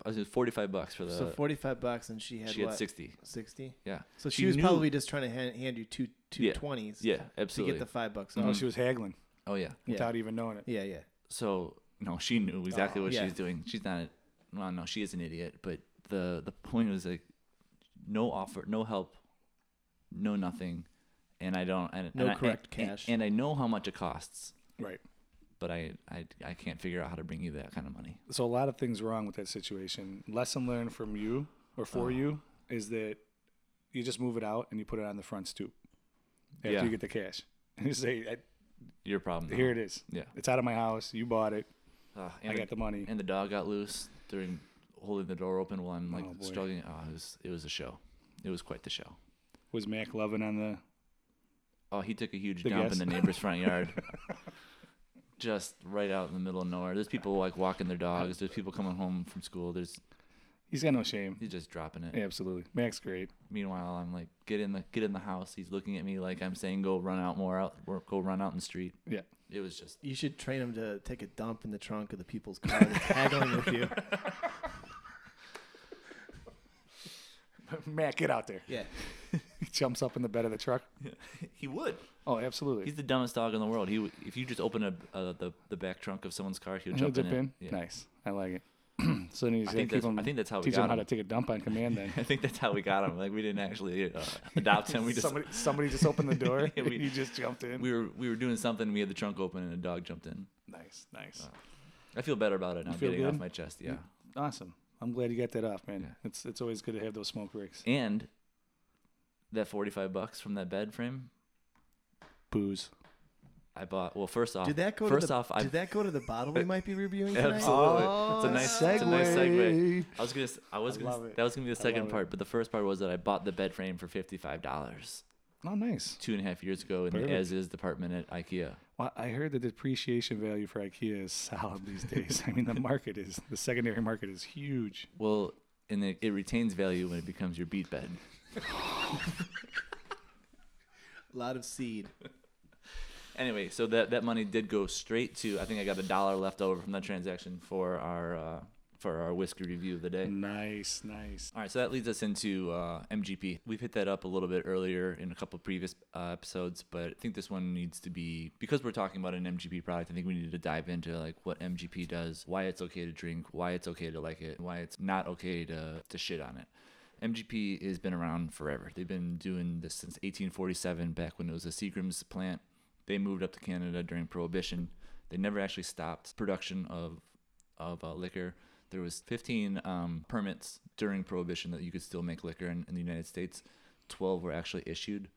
Speaker 2: I was 45 bucks for the,
Speaker 3: so forty five bucks, and she had
Speaker 2: Uh, she had
Speaker 3: what
Speaker 2: 60.
Speaker 3: sixty.
Speaker 2: Yeah.
Speaker 3: So she,
Speaker 2: She
Speaker 3: was
Speaker 2: knew-
Speaker 3: probably just trying to hand, hand you two two
Speaker 2: Yeah.
Speaker 3: twenties.
Speaker 2: Yeah,
Speaker 3: To
Speaker 2: absolutely.
Speaker 3: get the five bucks.
Speaker 1: No,
Speaker 3: off.
Speaker 1: she was haggling
Speaker 2: oh yeah.
Speaker 3: Yeah.
Speaker 1: without even knowing Mm-hmm. it.
Speaker 3: Yeah, yeah.
Speaker 2: So no, she knew exactly
Speaker 3: Oh,
Speaker 2: what
Speaker 3: yeah.
Speaker 2: she was doing. She's not, a, well, no, she is an idiot, but the, the point was like no offer, no help, no nothing. And I don't, and,
Speaker 3: No
Speaker 2: and I-
Speaker 3: correct
Speaker 2: and-
Speaker 3: cash.
Speaker 2: and I know how much it costs.
Speaker 1: Right.
Speaker 2: but I, I I can't figure out how to bring you that kind of money.
Speaker 1: So a lot of things wrong with that situation. Lesson learned from you or
Speaker 2: Uh-huh.
Speaker 1: for you is that you just move it out and you put it on the front stoop after
Speaker 2: Yeah.
Speaker 1: you get the cash. (laughs) And you say, I,
Speaker 2: Your problem. though.
Speaker 1: "Here it is.
Speaker 2: Yeah.
Speaker 1: It's out of my house. You bought it.
Speaker 2: Ugh,
Speaker 1: I
Speaker 2: and,
Speaker 1: got
Speaker 2: the,
Speaker 1: the money."
Speaker 2: and the dog got loose during holding the door open while I'm like
Speaker 1: Oh, boy.
Speaker 2: struggling. Oh, it was it was a show. It was quite the show.
Speaker 1: Was Mac loving on the?
Speaker 2: Oh, he took a huge
Speaker 1: The
Speaker 2: dump
Speaker 1: guess.
Speaker 2: in the neighbor's front
Speaker 1: (laughs)
Speaker 2: yard. Just right out in the middle of nowhere. There's people like walking their dogs. There's people coming home from school. There's
Speaker 1: He's got no shame.
Speaker 2: he's just dropping it.
Speaker 1: Absolutely, Mac's
Speaker 2: (laughs)
Speaker 1: great.
Speaker 2: Meanwhile, I'm like, get in the get in the house. He's looking at me like I'm saying, go run out more out, or go run out in the street.
Speaker 1: Yeah.
Speaker 2: It was just (laughs)
Speaker 3: You should train him to take a dump in the trunk of the people's car that's haggling with you.
Speaker 1: Mac, get out there.
Speaker 3: Yeah.
Speaker 1: (laughs) He jumps up in the bed of the truck.
Speaker 2: he would.
Speaker 1: Oh, absolutely.
Speaker 2: He's the dumbest dog in the world. He would- if you just open a, uh, the the back trunk of someone's car, he'll
Speaker 1: And he'll
Speaker 2: jump,
Speaker 1: dip
Speaker 2: in. it.
Speaker 1: in.
Speaker 2: Yeah.
Speaker 1: Nice. I like it. (clears throat) so then he's
Speaker 2: I think
Speaker 1: keep
Speaker 2: that's
Speaker 1: him,
Speaker 2: I think that's how we
Speaker 1: teach him
Speaker 2: got
Speaker 1: how
Speaker 2: him.
Speaker 1: to take a dump on command.
Speaker 2: (laughs)
Speaker 1: Then
Speaker 2: I think that's how we got him. Like we didn't actually uh,
Speaker 1: (laughs)
Speaker 2: adopt him. We just
Speaker 1: somebody somebody just opened
Speaker 2: (laughs)
Speaker 1: the door.
Speaker 2: Yeah,
Speaker 1: (laughs)
Speaker 2: we-
Speaker 1: he just jumped in.
Speaker 2: we were we were doing something. We had the trunk open and a dog jumped in.
Speaker 1: nice,
Speaker 2: Uh.
Speaker 1: nice,
Speaker 2: I feel better about it now.
Speaker 1: feel
Speaker 2: Getting it off
Speaker 1: good?
Speaker 2: my chest. Yeah.
Speaker 1: awesome. I'm glad you got that off, man.
Speaker 2: Yeah.
Speaker 1: It's it's always good to have those smoke breaks.
Speaker 2: And that forty five bucks from that bed frame,
Speaker 1: Booze.
Speaker 2: I bought. Well, first off,
Speaker 3: Did that go
Speaker 2: Oh, first
Speaker 3: to the,
Speaker 2: off, I
Speaker 3: Did that go to the bottle we might be reviewing tonight?
Speaker 2: Absolutely.
Speaker 3: Oh,
Speaker 2: It's a nice- it's a nice segue. I was gonna. s- I was
Speaker 1: I
Speaker 2: gonna.
Speaker 1: love
Speaker 2: s-
Speaker 1: it.
Speaker 2: That was gonna be
Speaker 1: I
Speaker 2: the
Speaker 1: love
Speaker 2: second
Speaker 1: it.
Speaker 2: part, but the first part was that I bought the bed frame for fifty five dollars
Speaker 1: Oh, nice.
Speaker 2: two and a half years ago in
Speaker 1: Perfect.
Speaker 2: the as is department at IKEA.
Speaker 1: Well, I heard the depreciation value for IKEA is (laughs) solid these days. I mean, the market is the secondary market is huge.
Speaker 2: Well, and it, it retains value when it becomes your beat bed.
Speaker 3: A lot of seed.
Speaker 2: Anyway, so that that money did go straight to. I think I got a dollar left over from that transaction for our uh, for our whiskey review of the day.
Speaker 1: Nice, nice.
Speaker 2: All right, so that leads us into uh, MGP. We've hit that up a little bit earlier in a couple of previous uh, episodes, but I think this one needs to be because we're talking about an MGP product. I think we need to dive into like what MGP does, why it's okay to drink, why it's okay to like it, and why it's not okay to to shit on it. MGP has been around forever. They've been doing this since 1847, back when it was a Seagram's plant. They moved up to Canada during Prohibition. They never actually stopped production of of uh, liquor. There was 15 um, permits during Prohibition that you could still make liquor in, in the United States. 12 were actually issued.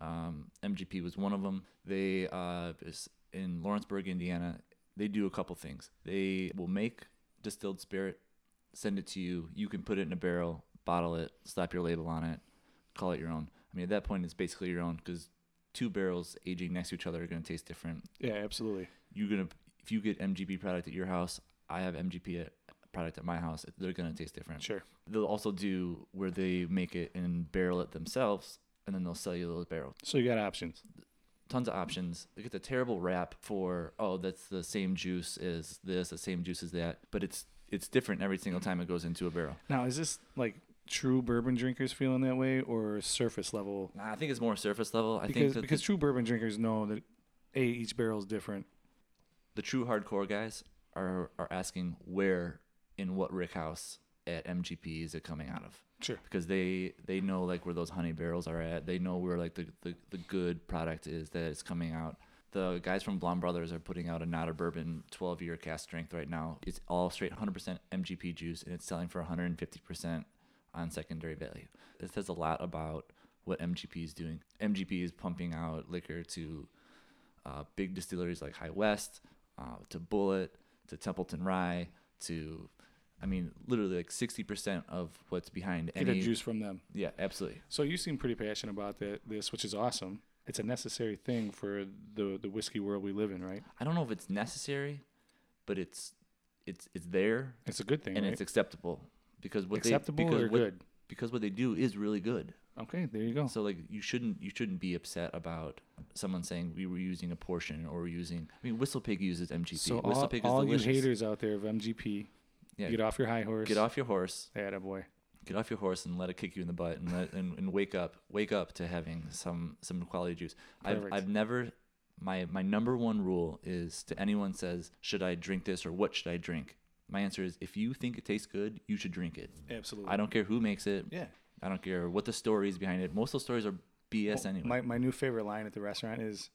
Speaker 2: Um, MGP was one of them. They uh, is in Lawrenceburg, Indiana. They do a couple things. They will make distilled spirit, send it to you. You can put it in a barrel, bottle it, slap your label on it, call it your own. I mean, at that point, it's basically your own because two barrels aging next to each other are going to taste different
Speaker 1: Yeah, absolutely.
Speaker 2: you're gonna if you get MGP product at your house, I have MGP at, product at my house. They're gonna taste different.
Speaker 1: Sure.
Speaker 2: They'll also do where they make it and barrel it themselves, and then they'll sell you those barrels.
Speaker 1: So you got options.
Speaker 2: Tons of options. It gets a terrible rap for oh, that's the same juice as this, the same juice as that, but it's it's different every single time it goes into a barrel.
Speaker 1: Now, is this like true bourbon drinkers feeling that way or surface level?
Speaker 2: Nah, I think it's more surface level. I
Speaker 1: because
Speaker 2: think that
Speaker 1: because
Speaker 2: the,
Speaker 1: true bourbon drinkers know that a each barrel is different.
Speaker 2: the true hardcore guys are are asking where in what rick house at MGP is it coming out of.
Speaker 1: Sure.
Speaker 2: because they they know like where those honey barrels are at. They know where like the the, the good product is that is coming out. The guys from Blond Brothers are putting out a Nada Bourbon 12 year cast strength right now. It's all straight 100% MGP juice and it's selling for 150% on secondary value. It says a lot about what MGP is doing. MGP is pumping out liquor to uh, big distilleries like High West, uh, to Bullet, to Templeton Rye, to, I mean, literally like 60% of what's behind
Speaker 1: Get
Speaker 2: any
Speaker 1: a juice from them.
Speaker 2: yeah, absolutely.
Speaker 1: So you seem pretty passionate about that, this, which is awesome. It's a necessary thing for the the whiskey world we live in, right?
Speaker 2: I don't know if it's necessary, but it's it's it's there
Speaker 1: It's a good thing,
Speaker 2: and
Speaker 1: right?
Speaker 2: it's acceptable because what
Speaker 1: acceptable
Speaker 2: they because
Speaker 1: or
Speaker 2: what,
Speaker 1: good. Oh.
Speaker 2: because what they do is really good.
Speaker 1: Okay, there you go.
Speaker 2: So like you shouldn't you shouldn't be upset about someone saying we were using a portion or we're using. I mean, Whistle Pig uses MGP.
Speaker 1: So
Speaker 2: Whistle
Speaker 1: all,
Speaker 2: Pig is
Speaker 1: all you
Speaker 2: delicious.
Speaker 1: haters out there of MGP,
Speaker 2: yeah,
Speaker 1: get off your high horse.
Speaker 2: get off your horse,
Speaker 1: boy.
Speaker 2: get off your horse, and let it kick you in the butt, and let and, and wake up, wake up to having some some quality juice. I've
Speaker 1: Perfect.
Speaker 2: I've never. My, my number one rule is to anyone says should I drink this or what should I drink? My answer is if you think it tastes good, you should drink it.
Speaker 1: Absolutely.
Speaker 2: I don't care who makes it.
Speaker 1: Yeah.
Speaker 2: I don't care what the story is behind it. Most of the stories are BS anyway.
Speaker 1: Oh, My my new favorite line at the restaurant is,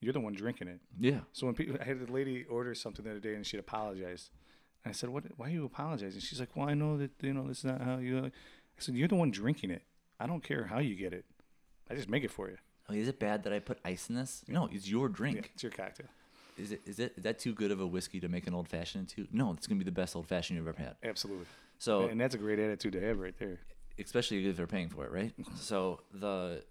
Speaker 1: "You're the one drinking it."
Speaker 2: yeah.
Speaker 1: So when people, I had a lady order something the other day and she'd apologized. And I said, "What? Why are you apologizing?" She's like, "Well, I know that you know this is not how you." I said, "You're the one drinking it. I don't care how you get it. I just make it for you.
Speaker 2: Oh, is it bad that I put ice in this? No, it's your
Speaker 1: Yeah,
Speaker 2: drink.
Speaker 1: it's your cocktail.
Speaker 2: Is it is it is that too good of a whiskey to make an old fashioned into? No, it's gonna be the best old fashioned you've ever had.
Speaker 1: Absolutely.
Speaker 2: So
Speaker 1: and that's a great attitude to have right there.
Speaker 2: especially if they're paying for it, right? So the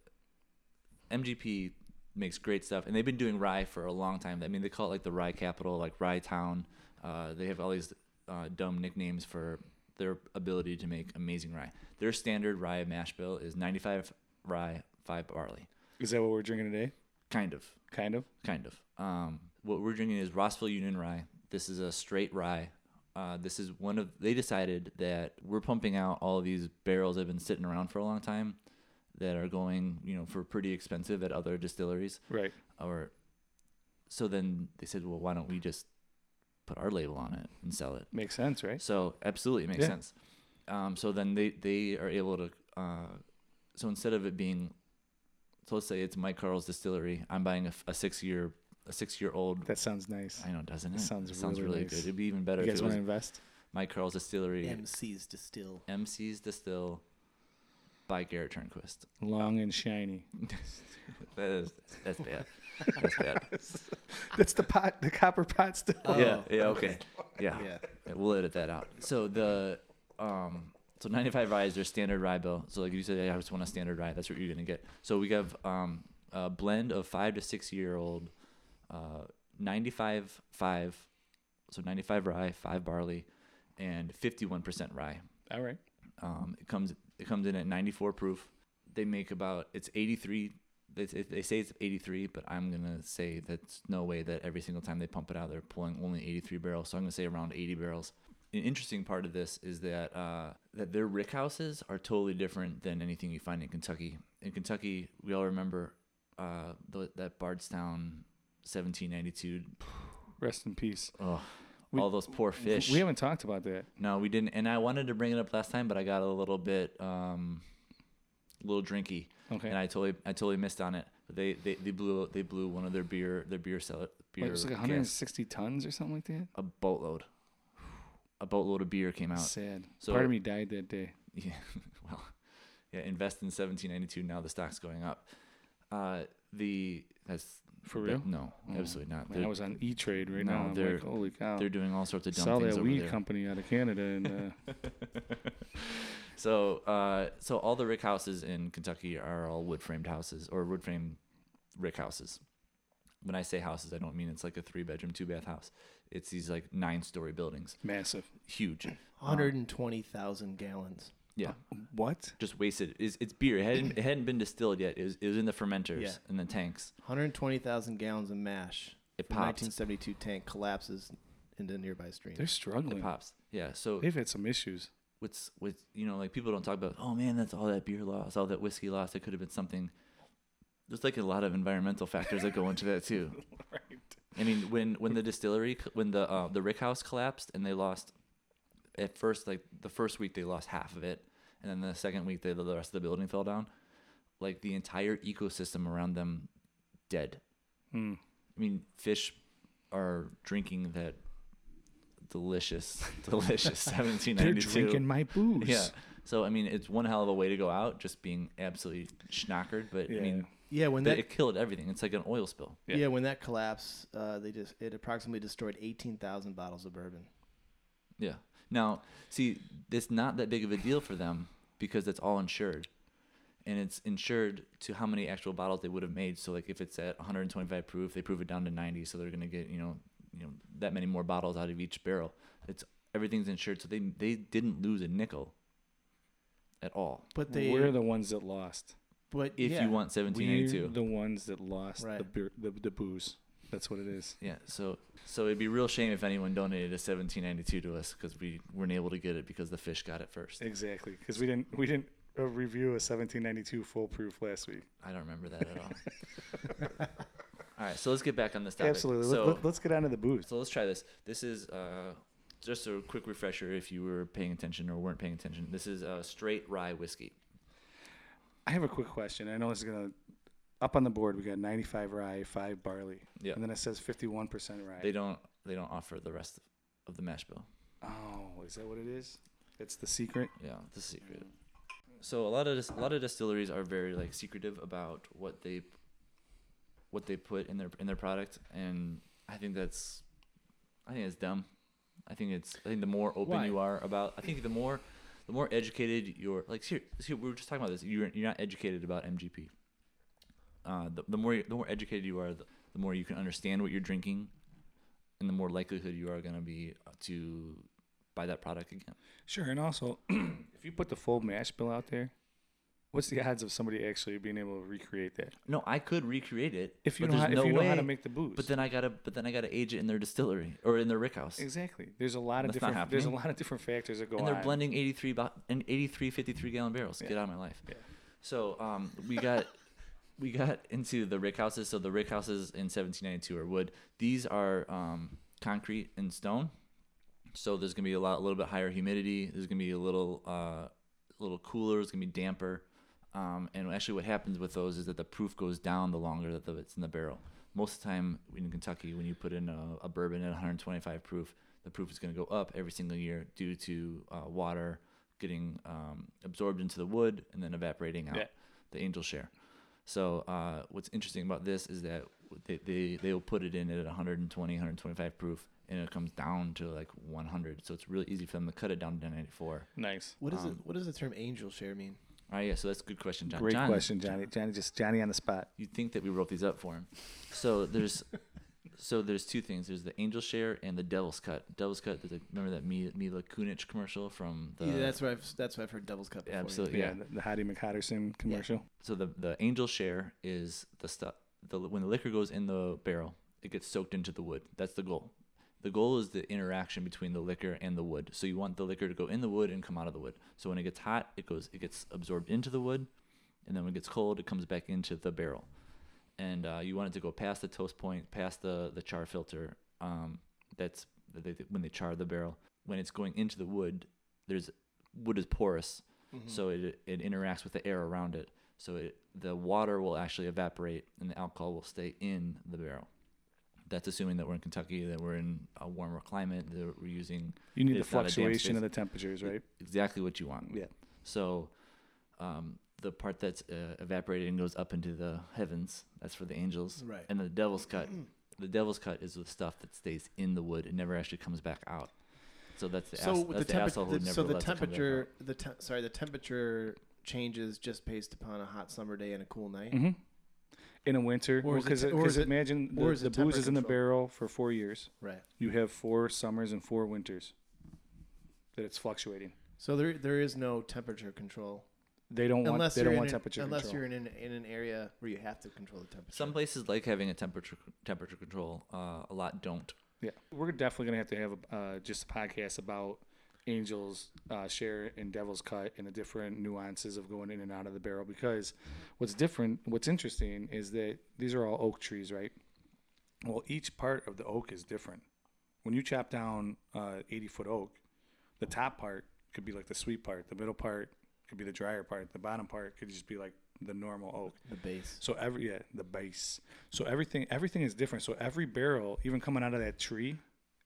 Speaker 2: MGP makes great stuff, and they've been doing rye for a long time. I mean, they call it like the Rye Capital, like Rye Town. Uh, they have all these uh, dumb nicknames for their ability to make amazing rye. Their standard rye mash bill is 95 rye, five barley.
Speaker 1: Is that what we're drinking today?
Speaker 2: Kind of,
Speaker 1: Kind of.
Speaker 2: kind of. Um, what we're drinking is Rossville Union Rye. This is a straight rye. Uh, this is one of they decided that we're pumping out all of these barrels that have been sitting around for a long time that are going you know for pretty expensive at other distilleries
Speaker 1: Right.
Speaker 2: or so then they said well why don't we just put our label on it and sell it
Speaker 1: Makes sense, right?
Speaker 2: so absolutely, it makes
Speaker 1: Yeah.
Speaker 2: sense. Um, so then they they are able to. Uh, so instead of it being, so let's say it's Mike Carl's distillery. I'm buying a, f- a six year a six year old.
Speaker 1: That sounds nice.
Speaker 2: I know, doesn't it?
Speaker 1: sounds
Speaker 2: It sounds
Speaker 1: really
Speaker 2: really
Speaker 1: nice.
Speaker 2: good. It'd be even better
Speaker 1: You
Speaker 2: if
Speaker 1: guys
Speaker 2: it
Speaker 1: want
Speaker 2: was
Speaker 1: to invest?
Speaker 2: Mike Carl's distillery.
Speaker 3: MC's distill.
Speaker 2: MC's Distill by Garrett Turnquist.
Speaker 1: Long and
Speaker 2: (laughs)
Speaker 1: shiny.
Speaker 2: That is that's bad. (laughs) That's bad.
Speaker 1: That's the pot, the copper pot still.
Speaker 3: Oh,
Speaker 2: yeah. Yeah. Okay. Yeah.
Speaker 3: Yeah.
Speaker 2: Yeah, We'll edit that out. So the um so 95 rye is their standard rye bill. So like you said, "Hey, I just want a standard rye. That's what you're gonna get. So we have um a blend of five to six year old, uh 95 five, so 95 rye, five barley, and 51% rye.
Speaker 1: All right.
Speaker 2: Um, it comes it comes in at 94 proof. They make about it's 83. They, say- they say it's 83, but I'm gonna say that's no way that every single time they pump it out, they're pulling only 83 barrels. So I'm gonna say around 80 barrels. an interesting part of this is that uh, that their rick houses are totally different than anything you find in Kentucky. In Kentucky, we all remember uh, the, that Bardstown 1792.
Speaker 1: Rest in peace.
Speaker 2: Oh,
Speaker 1: We-
Speaker 2: all those poor fish.
Speaker 1: We haven't talked about that.
Speaker 2: no, we didn't. And I wanted to bring it up last time, but I got a little bit, um, a little drinky,
Speaker 1: Okay.
Speaker 2: and I totally, I totally missed on it. They, they, they blew, they blew one of their beer, their beer seller,
Speaker 1: Like,
Speaker 2: beer
Speaker 1: it was like
Speaker 2: casks.
Speaker 1: 160 tons or something like that.
Speaker 2: a boatload. A boatload of beer came out.
Speaker 1: Sad.
Speaker 2: So-
Speaker 1: Part of me died that day.
Speaker 2: (laughs) Yeah, well, yeah. Invest in 1792. Now the stock's going up. Uh, the that's
Speaker 1: For
Speaker 2: that-
Speaker 1: real?
Speaker 2: no,
Speaker 1: Oh,
Speaker 2: absolutely not.
Speaker 1: Man, I
Speaker 2: They're,
Speaker 1: was on E Trade right
Speaker 2: No,
Speaker 1: now. I'm
Speaker 2: they're-
Speaker 1: like, holy cow.
Speaker 2: they're doing all sorts of dumb
Speaker 1: Saw
Speaker 2: things
Speaker 1: that
Speaker 2: over
Speaker 1: weed
Speaker 2: there.
Speaker 1: company out of Canada and
Speaker 2: (laughs)
Speaker 1: uh,
Speaker 2: so, uh, so all the rick houses in Kentucky are all wood framed houses or wood framed rick houses. When I say houses, I don't mean it's like a three bedroom, two bath house. It's these like nine story buildings,
Speaker 1: massive.
Speaker 2: huge.
Speaker 3: 120,000 gallons.
Speaker 2: Yeah.
Speaker 1: What?
Speaker 2: just wasted. It's, it's beer. It hadn't, it hadn't been distilled yet. It was, it was in the fermenters
Speaker 3: Yeah.
Speaker 2: in the tanks.
Speaker 3: 120,000 gallons of mash.
Speaker 2: It
Speaker 3: The
Speaker 2: popped.
Speaker 3: 1972 tank collapses into a nearby stream.
Speaker 1: They're
Speaker 2: It
Speaker 1: struggling.
Speaker 2: pops. Yeah. So
Speaker 1: They've had some issues.
Speaker 2: what's with you know like people don't talk about. Oh man, that's all that beer loss, all that whiskey loss. It could have been something. There's like a lot of environmental factors that go into
Speaker 1: (laughs)
Speaker 2: that too. I mean, when when the distillery, c- when the uh, the rick house collapsed, and they lost at first, like the first week they lost half of it, and then the second week they, the rest of the building fell down. Like the entire ecosystem around them, dead.
Speaker 1: Hmm.
Speaker 2: I mean, fish are drinking that delicious, (laughs) delicious
Speaker 1: (laughs) They're
Speaker 2: 1792.
Speaker 1: drinking my booze.
Speaker 2: Yeah. So I mean, it's one hell of a way to go out, just being absolutely schnockered. But I mean,
Speaker 3: yeah, when
Speaker 2: but
Speaker 3: that
Speaker 2: it killed everything. It's like an oil spill.
Speaker 1: yeah.
Speaker 3: yeah. when that collapsed, uh, they just it approximately destroyed 18,000 bottles of bourbon.
Speaker 2: Yeah. Now, see, it's not that big of a deal for them because that's all insured. And it's insured to how many actual bottles they would have made. So, like, if it's at 125 proof, they prove it down to 90, so they're going to get you know, you know, that many more bottles out of each barrel. It's everything's insured, so they they didn't lose a nickel at all.
Speaker 3: But they
Speaker 1: We're the ones that lost.
Speaker 3: but
Speaker 2: If
Speaker 3: yeah,
Speaker 2: you want
Speaker 1: We're
Speaker 2: 1782,
Speaker 1: the ones that lost the,
Speaker 3: Right.
Speaker 1: beer, the the booze. That's what it is.
Speaker 2: yeah. So, so it'd be a real shame if anyone donated a 1792 to us because we weren't able to get it because the fish got it first.
Speaker 1: Exactly, because we didn't we didn't uh, review a 1792 foolproof last week.
Speaker 2: I don't remember that at all.
Speaker 1: (laughs)
Speaker 2: all right, so let's get back on this topic.
Speaker 1: Absolutely.
Speaker 2: So,
Speaker 1: let, us get on to the booze.
Speaker 2: so let's try this. This is uh, just a quick refresher if you were paying attention or weren't paying attention. This is uh, straight rye whiskey.
Speaker 1: I have a quick question. I know it's gonna up on the board. We got 95 rye, five barley,
Speaker 2: Yeah.
Speaker 1: and then it says 51 percent rye.
Speaker 2: They don't they don't offer the rest of the mash bill.
Speaker 1: oh, is that what it is? That's the secret.
Speaker 2: Yeah, the secret. So a lot of dis- a lot of distilleries are very like secretive about what they what they put in their in their product, and I think that's I think it's dumb. I think it's I think the more open
Speaker 3: Why?
Speaker 2: you are about, I think the more the more educated you're. Like here, see, we were just talking about this. You're you're not educated about MGP. Uh, the, the more you- the more educated you are, the, the more you can understand what you're drinking, and the more likelihood you are going to be to buy that product again.
Speaker 1: Sure, and also, (clears throat) if you put the full mash bill out there, what's the odds of somebody actually being able to recreate that?
Speaker 2: No, I could recreate it
Speaker 1: If you
Speaker 2: but
Speaker 1: know how,
Speaker 2: there's
Speaker 1: if you
Speaker 2: no
Speaker 1: know how to
Speaker 2: way.
Speaker 1: make the booze,
Speaker 2: But then I gotta, but then I gotta age it in their distillery or in their rickhouse,
Speaker 1: exactly, there's a lot of
Speaker 2: That's not
Speaker 1: different there's a lot of different factors that go
Speaker 2: and they're
Speaker 1: on.
Speaker 2: blending 83 bo- and 83 53 gallon barrels.
Speaker 1: Yeah.
Speaker 2: Get out of my life.
Speaker 1: Yeah.
Speaker 2: So um, we got
Speaker 1: (laughs)
Speaker 2: we got into the rickhouses. So the rickhouses in 1792 are wood. These are um, concrete and stone. So there's gonna be a lot, a little bit higher humidity. There's gonna be a little, uh, a little cooler. It's gonna be damper. Um, and actually, what happens with those is that the proof goes down the longer that the, it's in the barrel. Most of the time in Kentucky, when you put in a, a bourbon at 125 proof, the proof is going to go up every single year due to uh, water getting um, absorbed into the wood and then evaporating out
Speaker 1: Yeah.
Speaker 2: the angel share. So uh, what's interesting about this is that they, they they will put it in at 120, 125 proof, and it comes down to like 100. So it's really easy for them to cut it down to 94.
Speaker 1: Nice.
Speaker 3: what is
Speaker 2: um,
Speaker 3: it what does the term angel share mean?
Speaker 2: All right, yeah. So that's a good question, John.
Speaker 1: Great
Speaker 2: John,
Speaker 1: question, Johnny. Johnny just Johnny on the spot.
Speaker 2: You'd think that we wrote these up for him. So
Speaker 3: (laughs)
Speaker 2: there's so there's two things. There's the angel share and the devil's cut. Devil's cut. There's a, remember that Mi- Mila Kunis commercial from the
Speaker 3: yeah, that's what I've that's what I've heard Devil's Cup before.
Speaker 2: absolutely
Speaker 1: Yeah, the, the Hattie McHatterson commercial.
Speaker 2: so the the angel share is the stuff the when the liquor goes in the barrel it gets soaked into the wood that's the goal the The goal is the interaction between the liquor and the wood. So you want the liquor to go in the wood and come out of the wood. So when it gets hot, it goes it gets absorbed into the wood, and then when it gets cold, it comes back into the barrel. And uh, you want it to go past the toast point, past the the char filter. Um, that's that they, when they char the barrel. When it's going into the wood, there's wood is porous,
Speaker 3: Mm-hmm. Mm.
Speaker 2: so it it interacts with the air around it. So it, the water will actually evaporate, and the alcohol will stay in the barrel. That's assuming that we're in Kentucky, that we're in a warmer climate, that we're using
Speaker 1: You need the
Speaker 2: It's not a damn
Speaker 1: fluctuation
Speaker 2: space.
Speaker 1: of the temperatures, right?
Speaker 2: exactly what you want.
Speaker 1: Yeah.
Speaker 2: So, um, the part that's uh, evaporated and goes up into the heavens, that's for the angels.
Speaker 3: Right.
Speaker 2: And the devil's
Speaker 3: (clears throat)
Speaker 2: cut, the devil's cut is the stuff that stays in the wood. It never actually comes back out. So that's the, ass,
Speaker 3: so
Speaker 2: that's
Speaker 3: the,
Speaker 2: the,
Speaker 3: temp-
Speaker 2: asshole who
Speaker 3: the-
Speaker 2: never
Speaker 3: so the
Speaker 2: lets it come back
Speaker 3: temperature the te- sorry the temperature changes just based upon a hot summer day and a cool night.
Speaker 1: Mm-hmm. In a winter,
Speaker 3: Or is it-
Speaker 1: because
Speaker 3: or is it-
Speaker 1: imagine
Speaker 3: or
Speaker 1: the,
Speaker 3: is
Speaker 1: the
Speaker 3: it
Speaker 1: booze
Speaker 3: temper
Speaker 1: is in the
Speaker 3: control?
Speaker 1: barrel for four years.
Speaker 3: Right.
Speaker 1: You have four summers and four winters. That it's fluctuating.
Speaker 3: So there there is no temperature control
Speaker 1: They don't
Speaker 3: unless
Speaker 1: want. They
Speaker 3: you're
Speaker 1: don't
Speaker 3: in
Speaker 1: want
Speaker 3: an-
Speaker 1: temperature
Speaker 3: unless
Speaker 1: control.
Speaker 3: you're in an, in an area where you have to control the temperature.
Speaker 2: Some places like having a temperature temperature control. Uh, a lot don't.
Speaker 1: Yeah, we're definitely gonna have to have a, uh, just a podcast about Angel's uh, share and Devil's cut and the different nuances of going in and out of the barrel because what's different, what's interesting is that these are all oak trees, right? Well, each part of the oak is different. When you chop down uh, 80 foot oak, the top part could be like the sweet part, the middle part could be the drier part, the bottom part could just be like the normal oak.
Speaker 3: the base.
Speaker 1: So every yeah, the base. So everything everything is different. So every barrel, even coming out of that tree,